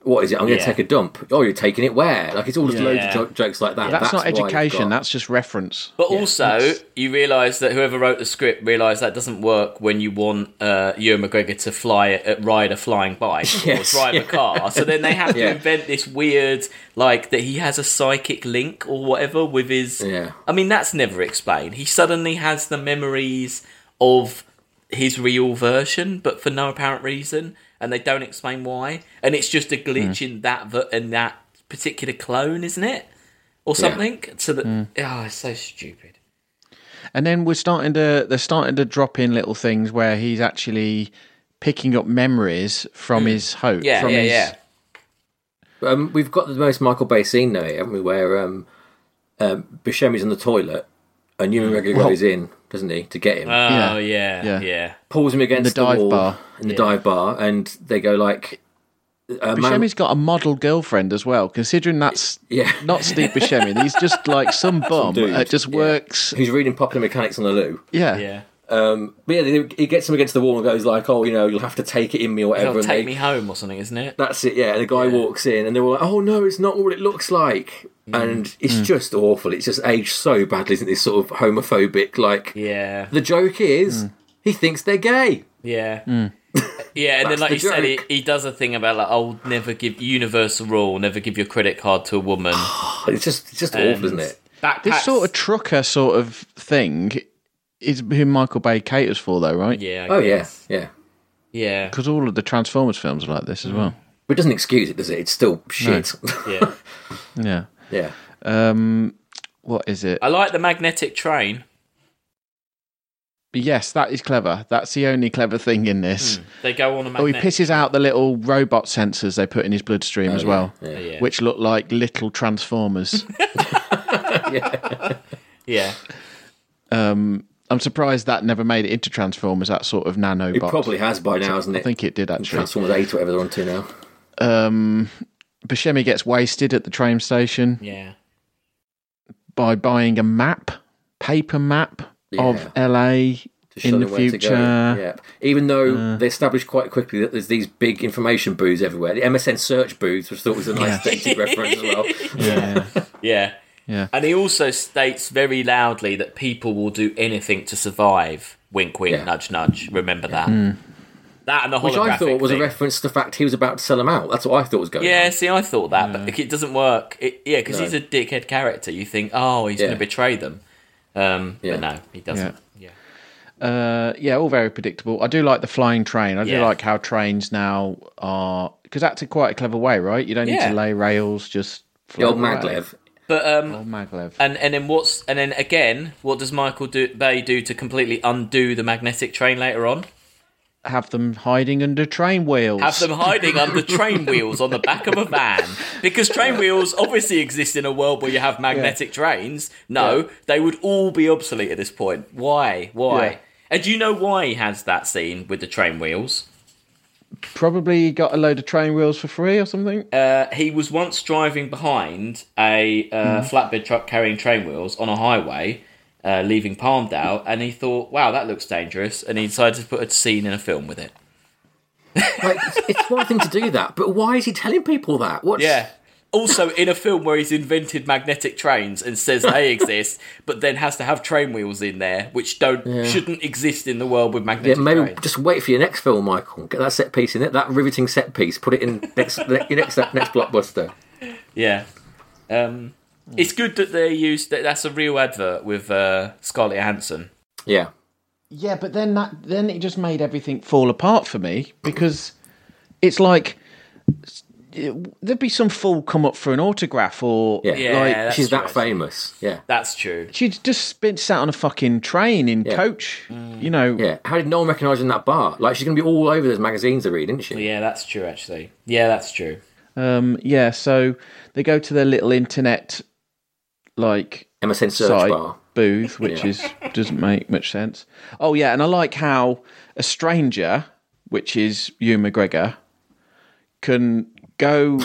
"What is it? I'm going to Yeah. take a dump." Oh, you're taking it where? Like it's all just loads of Yeah. jo- jokes like that. That's, not why you've education. got- That's just reference. But also, you realise that whoever wrote the script realised that doesn't work when you want uh, Ewan McGregor to fly uh, ride a flying bike Yes, or drive yeah. a car. So then they have to Yeah. invent this weird, like that he has a psychic link or whatever with his. Yeah. I mean, that's never explained. He suddenly has the memories of his real version, but for no apparent reason, and they don't explain why. And it's just a glitch in that ver- in that particular clone, isn't it? Or something. So that oh, it's so stupid. And then we're starting to they're starting to drop in little things where he's actually picking up memories from his hope. Hmm. Yeah, from yeah, his, yeah. Um, we've got the most Michael Bay scene now, haven't we? Where um, um, Buscemi's on the toilet and Ewan Mm. McGregor goes in, doesn't he, to get him? Yeah. Oh yeah, Yeah. yeah. pulls him against the the, dive wall bar. in the dive bar, and they go like, uh, man, Buscemi's got a model girlfriend as well, considering that's Yeah. not Steve Buscemi. He's just like some bum dude, that just yeah. works. who's reading Popular Mechanics on the loo." Yeah. Yeah. Um, but yeah, they- he gets him against the wall and goes like, "Oh, you know, you'll have to take it in me or whatever." They'll and take they- me home or something, isn't it? That's it. Yeah, and the guy walks in, and they're all like, "Oh no, it's not what it looks like," Mm. and it's Mm. just awful. It's just aged so badly, isn't it? this sort of homophobic? Like Yeah. the joke is, he thinks they're gay. Yeah. Yeah, and then That's like the you said, he, joke. he does a thing about like, oh, never give universal rule, never give your credit card to a woman. It's just it's just awful, isn't it? Backpacks. This sort of trucker sort of thing is who Michael Bay caters for though, right? yeah. I Oh yeah, guess. yeah. yeah. Because all of the Transformers films are like this Hmm. as well. But it doesn't excuse it, does it? It's still shit. Yeah. Yeah. yeah. Um what is it? I like the magnetic train. Yes, that is clever. That's the only clever thing in this. They go on a Oh, he magnet. pisses out the little robot sensors they put in his Oh, bloodstream as well, Yeah. Yeah. which look like little transformers. yeah. um, I'm surprised that never made it into Transformers. That sort of nanobot. It probably has by now, hasn't it? I think it did actually. Transformers Eight, whatever they're on to now. Um, Buscemi gets wasted at the train station Yeah. by buying a map, paper map of LA to show in the them where to future. go. Yep. Even though they established quite quickly that there's these big information booths everywhere. The MSN search booths, which I thought was a nice dated reference as well. Yeah, Yeah. Yeah. And he also states very loudly that people will do anything to survive. Wink, wink, Yeah. nudge, nudge. Remember that. Mm. That and the holographic Which I thought was thing. a reference to the fact he was about to sell them out. That's what I thought was going Yeah, on. see, I thought that, but like, it doesn't work. It, yeah, because he's a dickhead character. You think, oh, he's Yeah. going to betray them. Um, Yeah. But no, he doesn't. Yeah. uh, yeah, all very predictable. I do like the flying train. I do Yeah. like how trains now are because that's a quite a clever way, right? You don't need Yeah. to lay rails, just The old float away. Maglev. But um, Old Maglev. and and then what's and then again, what does Michael do, Bay do to completely undo the magnetic train later on? have them hiding under train wheels. Have them hiding under train wheels on the back of a van. Because train wheels obviously exist in a world where you have magnetic trains. No, they would all be obsolete at this point. Why? Why? Yeah. And do you know why he has that scene with the train wheels? Probably got a load of train wheels for free or something. Uh, he was once driving behind a uh, flatbed truck carrying train wheels on a highway, uh, leaving Palmdale, and he thought, "Wow, that looks dangerous," and he decided to put a scene in a film with it. Like, it's, it's one thing to do that, but why is he telling people that? What's, Yeah. Also, in a film where he's invented magnetic trains and says they exist, but then has to have train wheels in there, which don't shouldn't exist in the world with Yeah, magnetic maybe trains. just wait for your next film, Michael. Get that set piece in it, that riveting set piece. Put it in next your next next blockbuster. Yeah. Um, it's good that they use that. That's a real advert with uh, Scarlett Johansson. Yeah, Yeah, but then that then it just made everything fall apart for me because it's like s- it- there'd be some fool come up for an autograph or yeah. Yeah, like that's She's that true. famous. Yeah, That's true. she'd just been sat on a fucking train in Yeah. coach, Mm. you know. yeah. How did no one recognise her in that bar? Like she's gonna be all over those magazines I read, isn't she? Yeah, that's true. Actually, yeah, that's true. Um, yeah, so they go to their little internet like MSN search side bar. booth, which is doesn't make much sense. Oh yeah, and I like how a stranger, which is Hugh McGregor, can go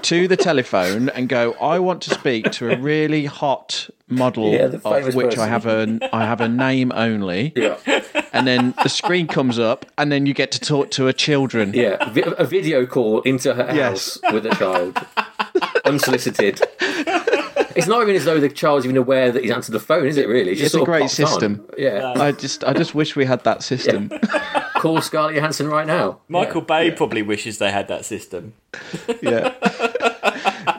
to the telephone and go, "I want to speak to a really hot model Yeah, the of famous which I person. have a I have a name only," Yeah, and then the screen comes up, and then you get to talk to her children. yeah. Vi- a video call into her Yes. house with a child, unsolicited. It's not even as though the child's even aware that he's answered the phone, is it? Really, It's a sort of great pops on. system. Yeah, I just I just wish we had that system. call Scarlett Johansson right now. Michael Bay probably wishes they had that system. Yeah.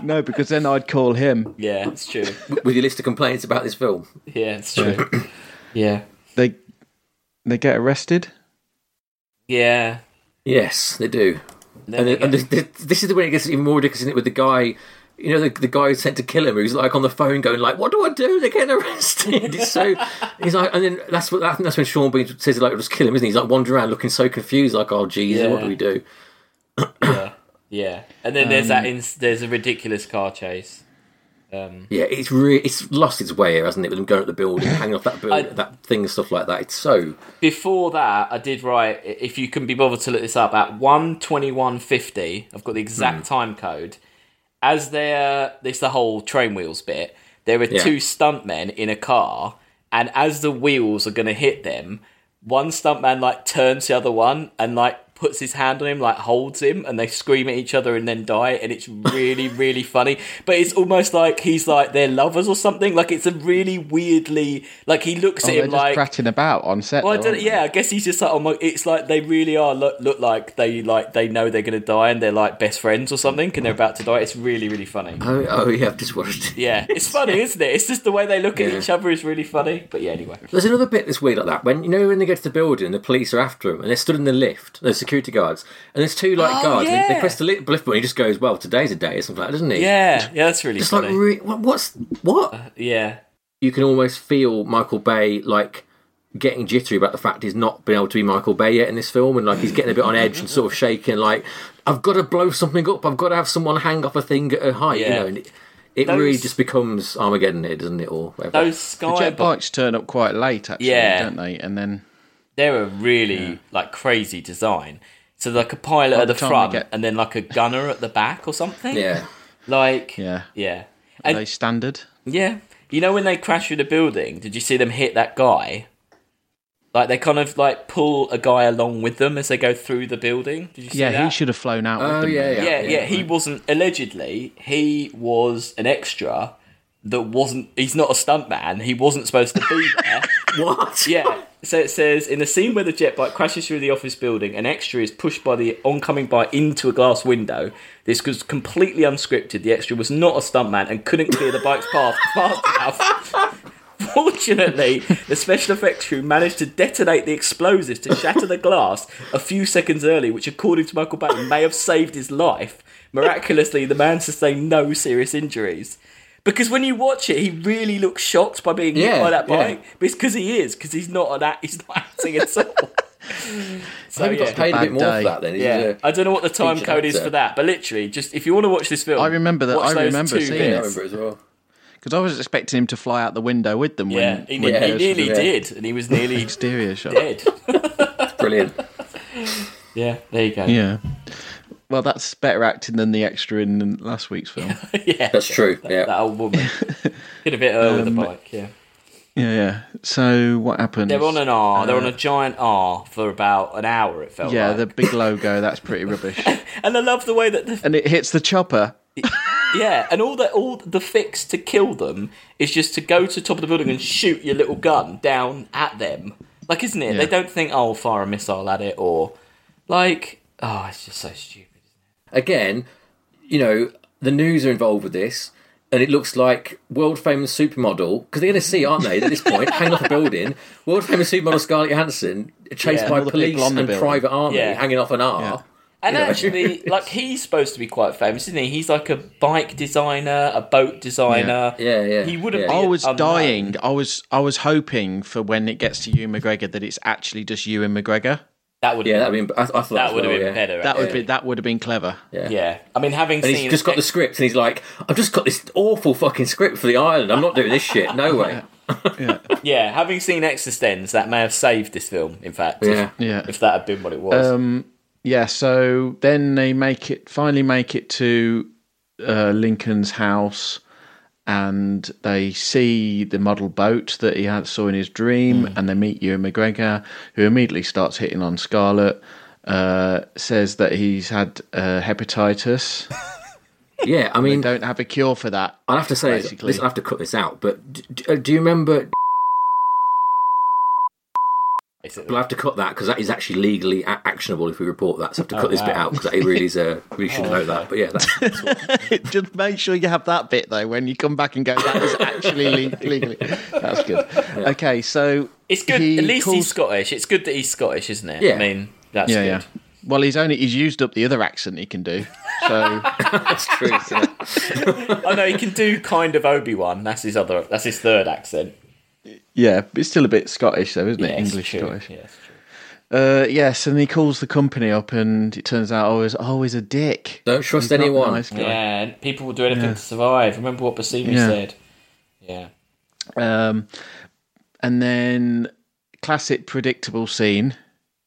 no, because then I'd call him. Yeah, it's true. with your list of complaints about this film. Yeah, it's true. yeah, They they get arrested. yeah. Yes, they do. Then And, they it- and get- this, this is when it gets even more ridiculous, isn't it, with the guy, you know, the, the guy who's sent to kill him, who's like on the phone going like, "What do I do? They're getting arrested." It's so he's like, and then that's what I think that's when Sean Bean says like, "Just kill him," isn't he? He's like wandering around looking so confused, like, "Oh Jesus, what Yeah. do we do?" yeah, yeah. And then there's that. In, there's a ridiculous car chase. Um, Yeah, it's really it's lost its way here, hasn't it? With them going up the building, hanging off that building, I- that thing, and stuff like that. It's so before that, I did write. If you can be bothered to look this up, at one twenty one fifty, I've got the Hmm. exact time code. As they're this the whole train wheels bit. There are two stuntmen in a car, and as the wheels are going to hit them, one stuntman like turns the other one and like puts his hand on him, like holds him, and they scream at each other and then die. And it's really, really funny. But it's almost like he's like their lovers or something. Like it's a really weirdly like he looks at Oh, They're him just like prattling about on set. well, I though, don't, aren't yeah, I guess he's just like, oh my, it's like they really are look, look like they like they know they're gonna die and they're like best friends or something and they're about to die. It's really really funny. oh, oh yeah, I've just watched. it. Yeah, it's funny, isn't it? It's just the way they look at Yeah. each other is really funny. But yeah, anyway, There's another bit that's weird like that when you know when they go to the building and the police are after them and they're stood in the lift, the security guards, and there's two like Oh, guards. And they- yeah. they press the li- lift button. He just goes, "Well, today's a day," or something like that, doesn't he? yeah, yeah, that's really It's like funny. re- what, what's what? yeah, You can almost feel Michael Bay like getting jittery about the fact he's not been able to be Michael Bay yet in this film, and like he's getting a bit on edge and sort of shaking. Like I've got to blow something up. I've got to have someone hang off a thing at a height. Yeah. You know, and it, it Those- really just becomes Armageddon here, doesn't it? Or whatever. those they? sky Jet bikes turn up quite late, actually, Yeah. don't they? And then they're a really like crazy design. So like a pilot at the the time they front get- and then like a gunner at the back or something. yeah. like Yeah. yeah, are and they standard. Yeah. You know when they crash through the building, did you see them hit that guy? Like they kind of like pull a guy along with them as they go through the building. Did you see Yeah, that? he should have flown out. Oh, with them, yeah, really. yeah. Yeah, yeah, he wasn't allegedly, he was an extra that wasn't he's not a stuntman, he wasn't supposed to be there. What? Yeah. So it says in the scene where the jet bike crashes through the office building, an extra is pushed by the oncoming bike into a glass window. This was completely unscripted. The extra was not a stuntman and couldn't clear the bike's path fast enough. Fortunately, the special effects crew managed to detonate the explosives to shatter the glass a few seconds early, which, according to Michael Bay, may have saved his life. Miraculously, the man sustained no serious injuries. Because when you watch it, he really looks shocked by being hit Yeah, by that yeah. bike. But it's because he is, because he's not an act, he's not acting at all. So Maybe he yeah. got paid a Bad bit more day. for that then. He's Yeah, a- I don't know what the time feature code is actor. for that, but literally, just if you want to watch this film, I remember that- watch I those remember two seeing yeah, I bits. remember as well. Because I was expecting him to fly out the window with them Yeah, when, he, when he ne- he goes for nearly the Yeah. did, and he was nearly exterior shot. dead. Brilliant. Yeah, there you go. Yeah. Well, that's better acting than the extra in last week's film. Yeah, That's true. Yeah. that old woman. Hit a bit early Um, with the bike. Yeah, yeah, yeah. So what happens? they're on an R. they're on a giant R for about an hour. It felt uh, yeah, like. the big logo. That's pretty rubbish. and I love the way that the and it hits the chopper. Yeah, and all the all the fix to kill them is just to go to the top of the building and shoot your little gun down at them. Like, isn't it? Yeah. They don't think, oh, I'll fire a missile at it, or like, oh, it's just so stupid. Again, you know, the news are involved with this, and it looks like world famous supermodel, because they're going to see, aren't they, at this point, hanging off a building, world famous supermodel Scarlett Johansson chased Yeah, by all the people police on and the building. private army Yeah. hanging off an R. Yeah. And You know, actually, like, he's supposed to be quite famous, isn't he? He's like a bike designer, a boat designer. Yeah, yeah, He wouldn't. yeah. um, Be I was unknown. dying. I was I was hoping for when it gets to Ewan McGregor that it's actually just Ewan McGregor. That would. Yeah, Yeah, that'd been, I, I thought that would have well, been yeah. better. That would actually. be that would have been clever. Yeah, I mean, having And seen he's just got the script, and he's like, "I've just got this awful fucking script for the island. I'm not doing this shit. No way." yeah, having seen Existence, that may have saved this film. In fact, Yeah. if, Yeah. Um, if that had been what it was. Yeah, so then they make it finally make it to uh, Lincoln's house, and they see the model boat that he had, saw in his dream, and they meet Ewan McGregor, who immediately starts hitting on Scarlett. Uh, says that he's had uh, hepatitis. Yeah, I mean, Don't have a cure for that. I'll have to say, Basically. listen, I have to cut this out. But do, do, uh, do you remember? basically. We'll have to cut that because that is actually legally a- actionable if we report that. So I have to Oh, cut this wow. bit out because it really is. Uh, we should know that. But yeah, that's, that's what, Just make sure you have that bit though when you come back and go. That is actually le- legally. That's good. Okay, so It's good. he At least calls- he's Scottish. It's good that he's Scottish, isn't it? Yeah. I mean, that's Yeah, good. yeah. Well, he's only he's used up the other accent he can do. So that's true. yeah. Oh no, he can do kind of Obi Wan. That's his other. That's his third accent. yeah, but it's still a bit Scottish though, isn't it? Yeah, it's English true. Scottish. Yeah, it's true. Uh, yes, and he calls the company up, and it turns out oh, he's oh, he's a dick. Don't He's trust not a anyone. nice guy. yeah, and people will do anything Yeah. to survive. Remember what Basimi Yeah. said. Yeah. Um, and then classic predictable scene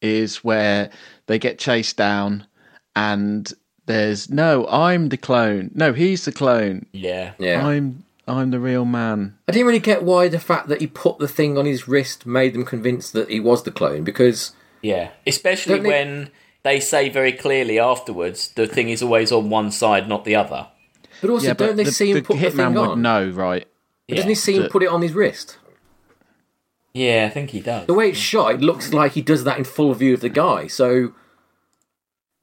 is where they get chased down, and there's no, I'm the clone. No, he's the clone. Yeah. Yeah. I'm I'm the real man. I didn't really get why the fact that he put the thing on his wrist made them convinced that he was the clone because Yeah. Especially Don't they- when they say very clearly afterwards the thing is always on one side, not the other. but also yeah, don't but they the, see him the put the hitman thing would on? know, right? Yeah. Doesn't he see him The- put it on his wrist? yeah, I think he does. The way it's shot, it looks like he does that in full view of the guy. So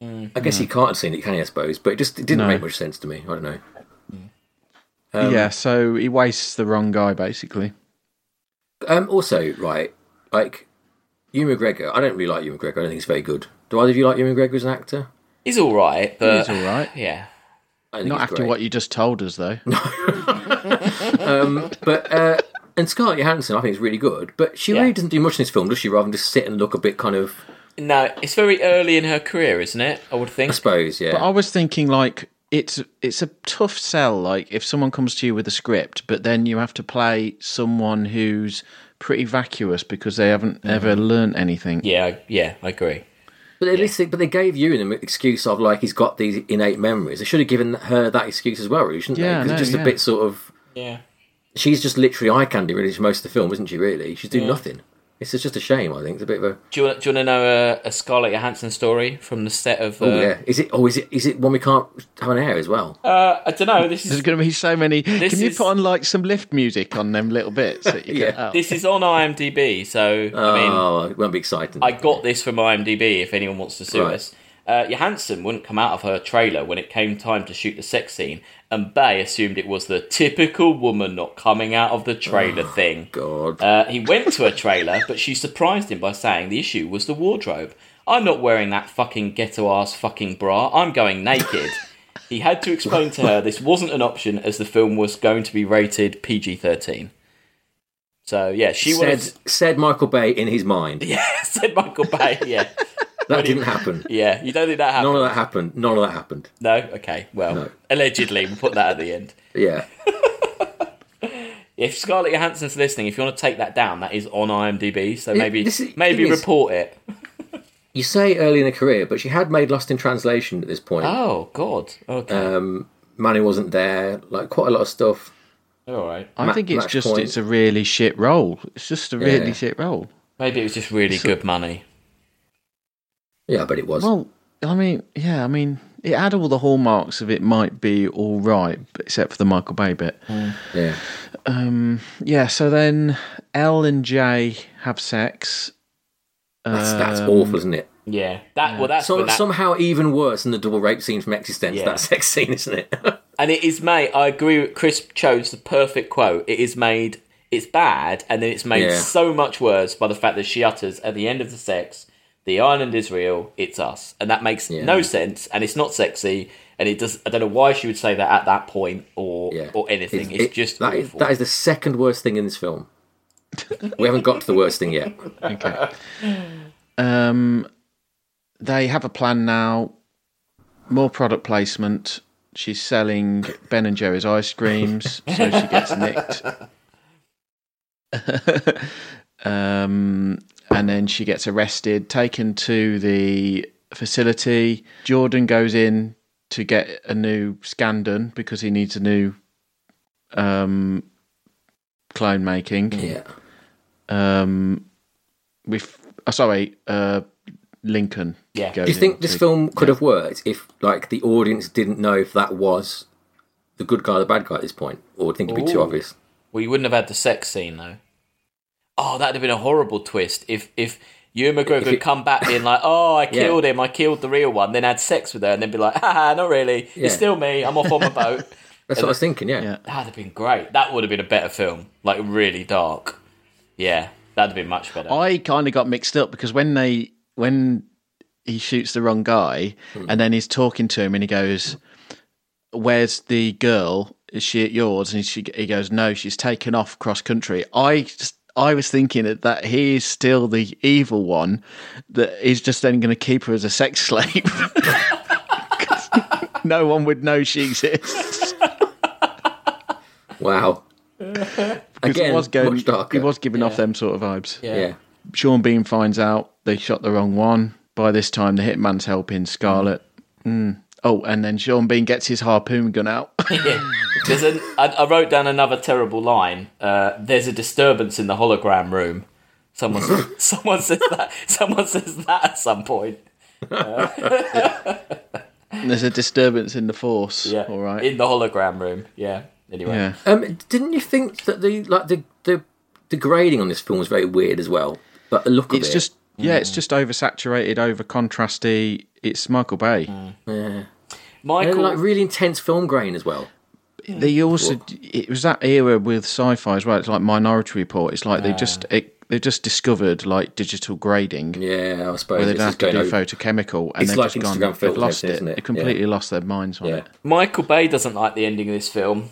I guess he can't have seen it, can he? I suppose, but it just it didn't Mm, hmm. No. make much sense to me. I don't know. yeah, so he wastes the wrong guy basically. Um, also, right, like Ewan McGregor. I don't really like Ewan McGregor. I don't think he's very good. Do either of you like Ewan McGregor as an actor? He's all right, but He's all right. yeah. I don't think Not he's after Uh, great. what you just told us, though. But uh, and Scarlett Johansson, I think, is really good. But she Yeah. really doesn't do much in this film, does she? Rather than just sit and look a bit kind of, No, it's very early in her career, isn't it? I would think. I suppose, yeah. I was thinking like it's it's a tough sell. Like if someone comes to you with a script, but then you have to play someone who's pretty vacuous because they haven't ever learnt anything. Yeah, I- yeah, I agree. but at least, they, but they gave Ewan an excuse of like he's got these innate memories. They should have given her that excuse as well, really, shouldn't Yeah, they? Because no, it's just yeah. a bit sort of. Yeah. She's just literally eye candy, really, for most of the film, isn't she? Really, she's doing nothing. It's just a shame. I think it's a bit of a. Do you, want, do you want to know a, a Scarlett Johansson story from the set of? Uh, Oh yeah, is it? Oh, is it? Is it one we can't have an air as well? uh, I don't know. This There's is going to be so many. Can you is- put on like some lift music on them little bits? That you Yeah. Get out? this is on IMDb. So I mean, oh, it won't be exciting. I got this from IMDb. If anyone wants to sue Right. us, uh, Johansson wouldn't come out of her trailer when it came time to shoot the sex scene, and Bay assumed it was the typical woman not coming out of the trailer thing. Oh, God. Uh, he went to her trailer, but she surprised him by saying the issue was the wardrobe. I'm not wearing that fucking ghetto ass fucking bra. I'm going naked. he had to explain to her this wasn't an option as the film was going to be rated PG 13. So yeah, she would Said have said Michael Bay in his mind. yeah, said Michael Bay. Yeah, That didn't happen. yeah. You don't think that happened? None of that happened. None of that happened. No. Okay. Well, allegedly, we'll put that at the end. Yeah. If Scarlett Johansson's listening, if you want to take that down, that is on IMDb. So maybe this is- maybe thing is- report it. You say early in her career, but she had made Lost in Translation at this point. Oh God. Uh, Okay. Manny wasn't there. Like quite a lot of stuff. All right. I Ma- think it's match just point. it's a really shit role. It's just a really Yeah. shit role. Maybe it was just really good money. Yeah, I bet it was. Well, I mean, yeah, I mean, it had all the hallmarks of it might be all right, except for the Michael Bay bit. yeah. Um, yeah, so then L and J have sex. That's, that's awful, isn't it? Yeah. That. Well, um, that's Some, when that- Somehow even worse than the double rape scene from Existence. Yeah. That sex scene, isn't it? and it is made. I agree. with Chris chose the perfect quote. It is made. It's bad, and then it's made Yeah. so much worse by the fact that she utters at the end of the sex, "The island is real. It's us," and that makes no sense, and it's not sexy, and it does. I don't know why she would say that at that point or yeah. or anything. It- It's, it- just that is- awful. that is the second worst thing in this film. we haven't got to the worst thing yet. Okay. um, they have a plan now. More product placement. She's selling Ben and Jerry's ice creams, so she gets nicked. um, and then she gets arrested, taken to the facility. Jordan goes in to get a new Scandon because he needs a new um, clone making Yeah. um with oh, sorry uh lincoln Yeah. goes Do you think in this to- film could have worked if, like, the audience didn't know if that was the good guy or the bad guy at this point, or would think it'd be too Ooh. obvious? Well, you wouldn't have had the sex scene though. Oh, that'd have been a horrible twist if if Ewan McGregor had it- come back being like, "Oh, I killed him. I killed the real one." Then had sex with her, and then be like, "Ha, not really. Yeah. It's still me. I'm off on my boat." That's what I was thinking. Yeah. Yeah. That'd have been great. That would have been a better film. Like really dark. Yeah, that'd have been much better. i kind of got mixed up because when they when he shoots the wrong guy and then he's talking to him and he goes where's the girl is she at yours and she, he goes no she's taken off cross country i just I was thinking that, that he is still the evil one, that he's just then going to keep her as a sex slave. 'Cause no one would know she exists. Wow. Because Again, it was going, much darker. It was giving off them sort of vibes. Yeah. Sean Bean finds out they shot the wrong one. By this time, the hitman's helping Scarlet. Mm. Oh, and then Sean Bean gets his harpoon gun out. Yeah. There's an, I, I wrote down another terrible line. Uh, There's a disturbance in the hologram room. Someone, someone says that. Someone says that at some point. There's a disturbance in the force. Yeah. All right. In the hologram room. Yeah. Anyway. yeah. Um, didn't you think that the like the, the the grading on this film was very weird as well? But the look of It's it, Hmm. just yeah, it's just oversaturated, over contrasty. It's Michael Bay. Hmm. and, Michael. like really intense film grain as well. They also it was that era with sci-fi as well. It's like Minority Report. It's Ah. like they just it, they just discovered like digital grading. Yeah, I where suppose they'd this is have to going do over. photochemical and It's they've like just gone, Instagram they've filters, lost it. isn't it? They completely lost their minds on Yeah. it. Michael Bay doesn't like the ending of this film.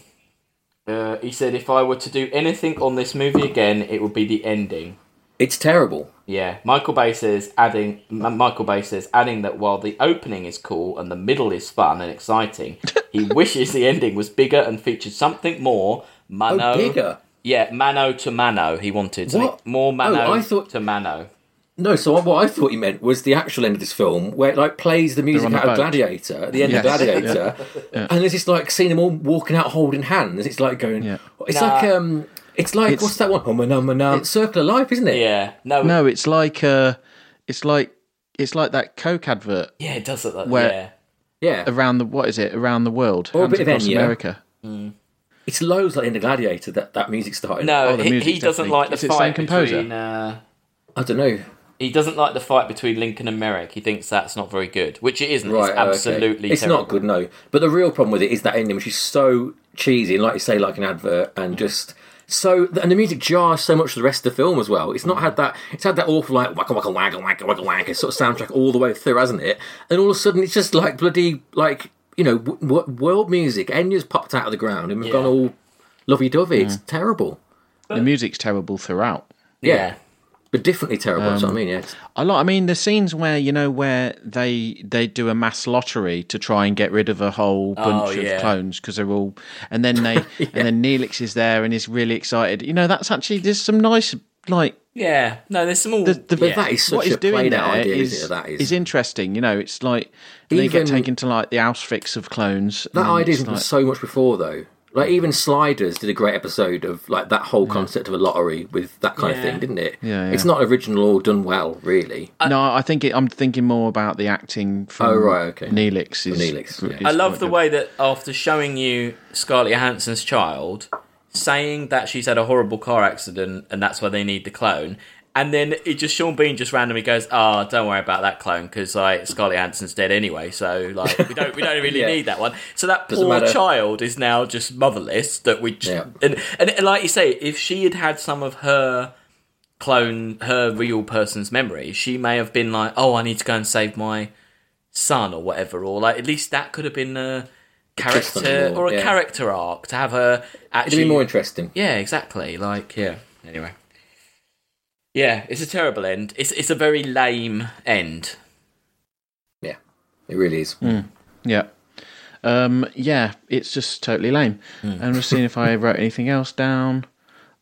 Uh, he said, "If I were to do anything on this movie again, it would be the ending." It's terrible. Yeah, Michael Bay says, adding M- Michael Bay says, adding that while the opening is cool and the middle is fun and exciting, he wishes the ending was bigger and featured something more mano. Oh, bigger. Yeah, mano to mano. He wanted something What? more mano Oh, I thought- to mano. No, so what- what I thought you meant was the actual end of this film, where it like plays the music on a out of boat. Gladiator, at the end of Yes. Gladiator, and there's this like seeing them all walking out holding hands. It's like going, Yeah. it's Nah. like um, it's like It's- what's that one? Um, um, um, um, Circle of Life, isn't it? Yeah, no, No, it's like uh it's like it's like that Coke advert yeah, it does look like Where- yeah. yeah. around the what is it? Around the world. Or a hands bit of across Enya. America. It's loads like in the Gladiator that that music started. No, Oh, the he, music's he doesn't definitely- like the is it the fight same composer? between. Uh, I don't know. he doesn't like the fight between Lincoln and Merrick. He thinks that's not very good, which it isn't. Right, it's oh, okay. absolutely It's terrible. not good, no. But the real problem with it is that ending, which is so cheesy, and like you say, like an advert, and Mm. just so. And the music jars so much to the rest of the film as well. It's not Mm. had that. It's had that awful like wacka wacka wacka wacka wacka wacka sort of soundtrack all the way through, hasn't it? And all of a sudden, it's just like bloody like you know w- Mm. w- world music. Enya's popped out of the ground and we've gone all lovey dovey. It's terrible. The music's terrible throughout. Yeah. But differently terrible. that's Um, what I mean. Yeah, I like. I mean, the scenes where you know where they they do a mass lottery to try and get rid of a whole Oh, bunch yeah. of clones because they're all, and then they and then Neelix is there and is really excited. You know, that's actually there's some nice like Yeah. No, there's some all. the- but yeah. that is what such he's a doing played there out idea. is, isn't it? That is. is interesting. You know, it's like they get Even- taken to like the Auschwitz of clones. and That then idea it's was like- so much before though. Like even Sliders did a great episode of like that whole concept of a lottery with that kind of Yeah. thing, didn't it? Yeah, yeah. It's not original or done well, really. no, I think it, I'm thinking more about the acting from Oh, right, okay. Neelix. Is, Neelix, yeah. is I love quite the good. way that after showing you Scarlett Johansson's child, saying that she's had a horrible car accident and that's why they need the clone, and then it just Sean Bean just randomly goes, "Ah, don't worry about that clone because like Scarlett Johansson's dead anyway, so like we don't we don't really Yeah. need that one." So that Doesn't poor matter. child is now just motherless. That we just, Yeah. and, and and like you say, if she had had some of her clone her real person's memory, she may have been like, "Oh, I need to go and save my son or whatever," or like at least that could have been a Twist character on the or wall, a yeah. character arc to have her It'd actually. be more interesting. yeah, exactly. Like yeah. Anyway, yeah, it's a terrible end. It's it's a very lame end. Yeah, it really is. Mm. Yeah. Um, yeah, it's just totally lame. And I'm just seeing if I wrote anything else down.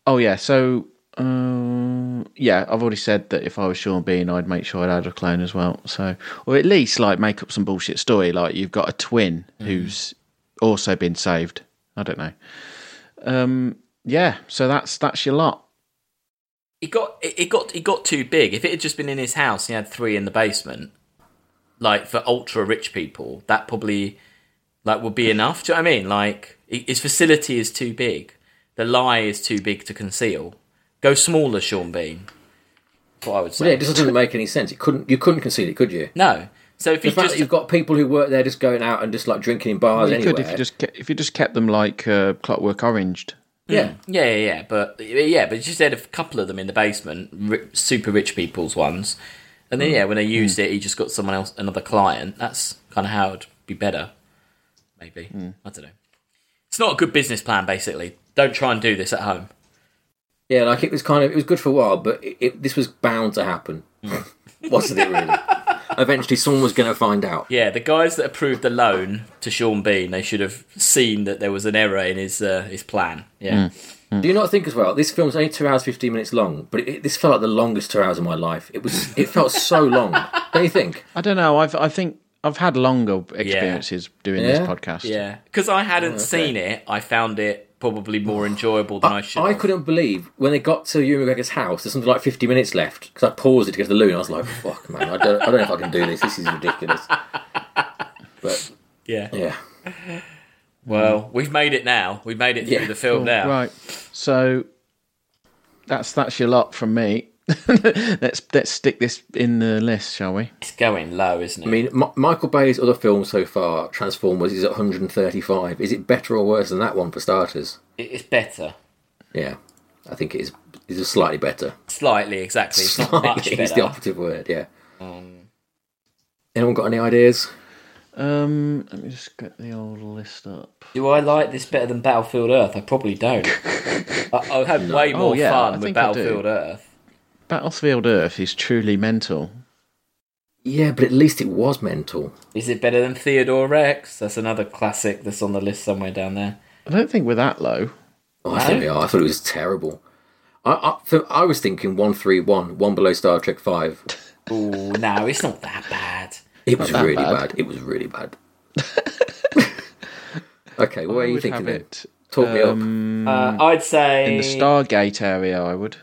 Oh, yeah, so. Um, yeah, I've already said that if I was Sean Bean, I'd make sure I'd add a clone as well. So, or at least like make up some bullshit story. Like you've got a twin who's also been saved. I don't know. Um, yeah, so that's that's your lot. It got it it got it got too big. If it had just been in his house, and he had three in the basement. Like for ultra rich people, that probably like would be enough. Do you know what I mean? Like i- his facility is too big. The lie is too big to conceal. Go smaller, Sean Bean. That's What I would But yeah, say. it just doesn't make any sense. It couldn't. You couldn't conceal it, could you? no. So if The you fact just that you've got people who work there just going out and just like drinking in bars you anywhere. could if you just ke- if you just kept them like uh, Clockwork Oranged. Mm. yeah. Yeah, yeah, yeah, but yeah, but just had a couple of them in the basement, ri- super rich people's ones, and then yeah, when they used it, he just got someone else, another client. That's kind of how it'd be better, maybe. I don't know. It's not a good business plan, basically. Don't try and do this at home. Yeah, like it was kind of it was good for a while, but it, it, this was bound to happen, Mm. wasn't it? Really, eventually someone was going to find out. Yeah, the guys that approved the loan to Sean Bean, they should have seen that there was an error in his uh, his plan. Yeah, Do you not think as well? This film's only two hours fifteen minutes long, but it, it, this felt like the longest two hours of my life. It was it felt so long. Don't you think? I don't know. I've I think I've had longer experiences doing Yeah? this podcast. yeah, because I hadn't seen it, I found it probably more enjoyable than I, should. I have. couldn't believe when they got to Ewan McGregor's house. There's something like fifty minutes left because I paused it to get to the loo, and I was like, "Fuck, man, I don't, I don't know if I can do this. This is ridiculous." But Yeah. yeah, Well, we've made it now. We've made it Yeah. through the film Mm. Cool, now. Right. So that's that's your lot from me. let's let's stick this in the list, shall we? It's going low, isn't it? I mean, M- Michael Bay's other film so far, Transformers, is at 135. Is it better or worse than that one for starters? it's better. Yeah, I think it is. It's just slightly better. Slightly, exactly. It's not much Slightly better. Um, is the operative word. Yeah. Anyone got any ideas? Um, let me just get the old list up. Do I like this better than Battlefield Earth? I probably don't. I, I had way more Oh, yeah, I fun with think I do. Battlefield Earth. Battlefield Earth is truly mental. Yeah, but at least it was mental. Is it better than Theodore Rex? That's another classic that's on the list somewhere down there. I don't think we're that low. Oh, I think No? we are. I thought it was terrible. I, I, for, I was thinking 131, one below Star Trek 5. Ooh, no, it's not that bad. It was that really bad. bad. It was really bad. okay, what I are you would thinking have then? it, Talk me up. um, Uh, I'd say in the Stargate area. I would.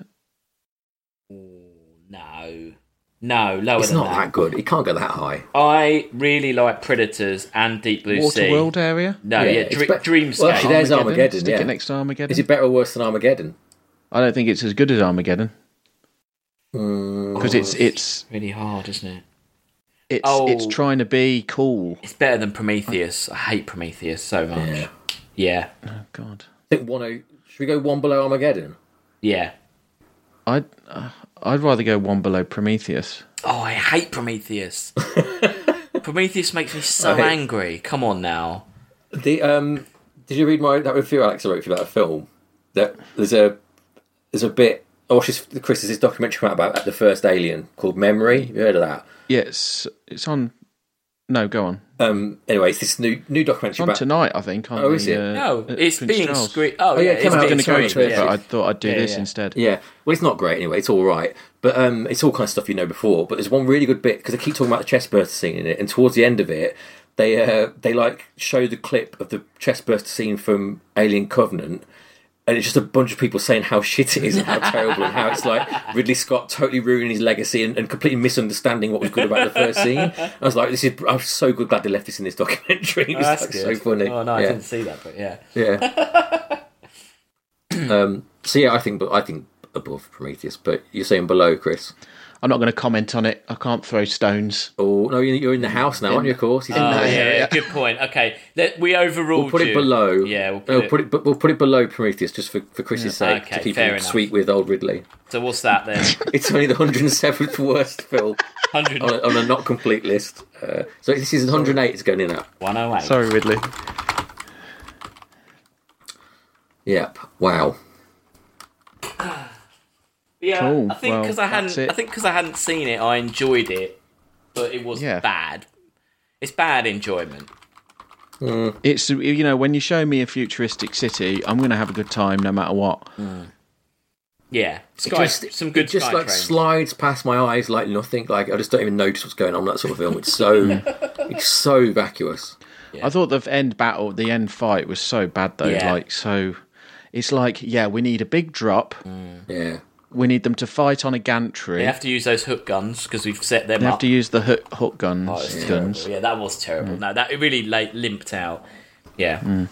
No, no, lower It's than not that good. It can't go that high. I really like Predators and Deep Blue Sea. Waterworld area. No, yeah, Yeah, Dr- it's be- Dreamscape. well, actually, there's Armageddon, Stick yeah. it next to Armageddon. Is it better or worse than Armageddon? I don't think it's as good as Armageddon Mm, because it's it's really hard, isn't it? it's Oh. it's trying to be cool. It's better than Prometheus. I hate Prometheus so much. Yeah. Yeah. Yeah. Oh God. I think one. o- Should we go one below Armageddon? I'd uh, I'd rather go one below Prometheus. Oh, I hate Prometheus. Prometheus makes me so I hate- angry. Come on now. The um, did you read my that review Alex I wrote for you about a film? That there's a there's a bit. Oh, she's Chris. There's this documentary come out about uh, the first alien called Memory. You heard of that? Yeah, it's, it's on. No, go on. Um. Anyway, it's this new new It's documentary on about. tonight, I think. On Oh, is the, it? Uh, No, uh, it's Prince being Charles. screen. Oh, yeah, yeah, it it's came out I was being going to go Sorry, to it, screened, but yeah. I thought I'd do Yeah, this yeah. instead. Yeah, well, it's not great anyway. It's all right, but um, it's all kind of stuff you know before. But there's one really good bit because they keep talking about the chest burster scene in it, and towards the end of it, they uh, they like show the clip of the chest burster scene from Alien Covenant, and it's just a bunch of people saying how shit it is and how terrible and how it's like Ridley Scott totally ruining his legacy and, and completely misunderstanding what was good about the first scene. I was like, this is I'm so good glad they left this in this documentary. It Oh, was that's like, good. so funny. Oh no, I Yeah. didn't see that, but yeah. Yeah. um, so yeah, I think, but I think above Prometheus, but you're saying below, Chris. I'm not going to comment on it. I can't throw stones. Oh no, you- you're in the house now, aren't you? Of course, he's in the Oh, house. yeah, good point. Okay, Let, we overruled We'll put you. it below. Yeah, we'll put No, it- Uh, put it. But we'll put it below Prometheus just for, for Chris's sake Okay, to keep fair him enough. sweet with old Ridley. So what's that then? It's only the 107th worst film Hundred on a, on a not complete list. Uh, so this is 108. It's going in that. one oh eight. Sorry, Ridley. Yep. Wow. Yeah, Cool, I think well, because I that's hadn't, it. I think 'cause I hadn't seen it, I enjoyed it, but it was Yeah. bad. It's bad enjoyment. It's you know when you show me a futuristic city, I'm going to have a good time no matter what. Yeah, It sky, some good it just sky like train. slides past my eyes like nothing. Like I just don't even notice what's going on. in That sort of film. It's so it's so vacuous. I thought the end battle, the end fight was so bad though. Yeah. Like so, it's like yeah, we need a big drop. Mm. Yeah. We need them to fight on a gantry. they have to use those hook guns because we've set them They have up. to use the hook, hook guns. Oh, That was terrible. guns. Mm. Yeah, that was terrible. No, that it really like limped out. Yeah.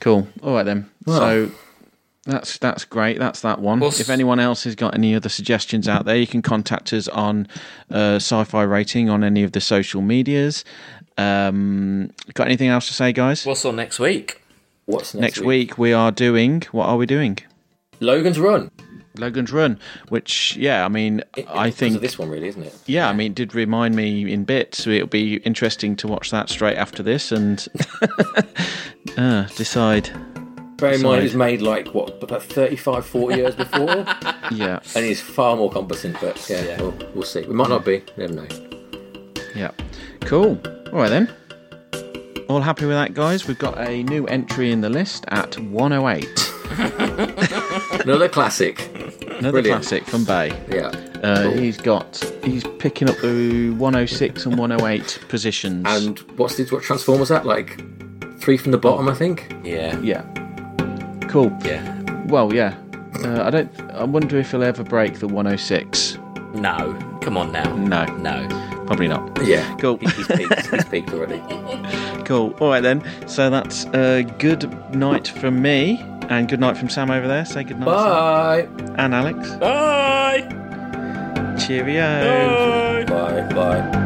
Cool. All right then. Well. So that's that's great. That's that one. Well, s- if anyone else has got any other suggestions out there, you can contact us on uh, Sci-Fi Rating on any of the social medias. Um, got anything else to say, guys? What's on next week? What's next, Next week we are doing. What are we doing? Logan's Run. Logan's Run, which yeah, I mean, I Because of think this one really, isn't it? yeah, I mean, it did remind me in bits. So it'll be interesting to watch that straight after this and uh, decide. Bear in Sorry. mind, it was made like what about 35, 40 years before, and Yeah, he's far more competent. But yeah, Yeah. We'll, we'll see. We might not be. Never know. yeah, cool. All right then. All happy with that, guys. We've got a new entry in the list at 108. Another classic. Another Brilliant. classic from Bay. Yeah. Uh, Cool. He's got he's picking up the 106 and 108 positions. And what's the what Transformers that like? Three from the bottom, I think. Yeah. yeah, cool. Yeah. Well, yeah. Uh, I don't. I wonder if he'll ever break the 106. No. Come on now. No, No. probably not. Yeah. Cool. He- He's peaked. he's peaked already. Cool. All right then. So that's uh, good night from me, and good night from Sam over there. Say good night, Bye. Sam. and Alex. Bye. Cheerio. Bye. Bye. Bye.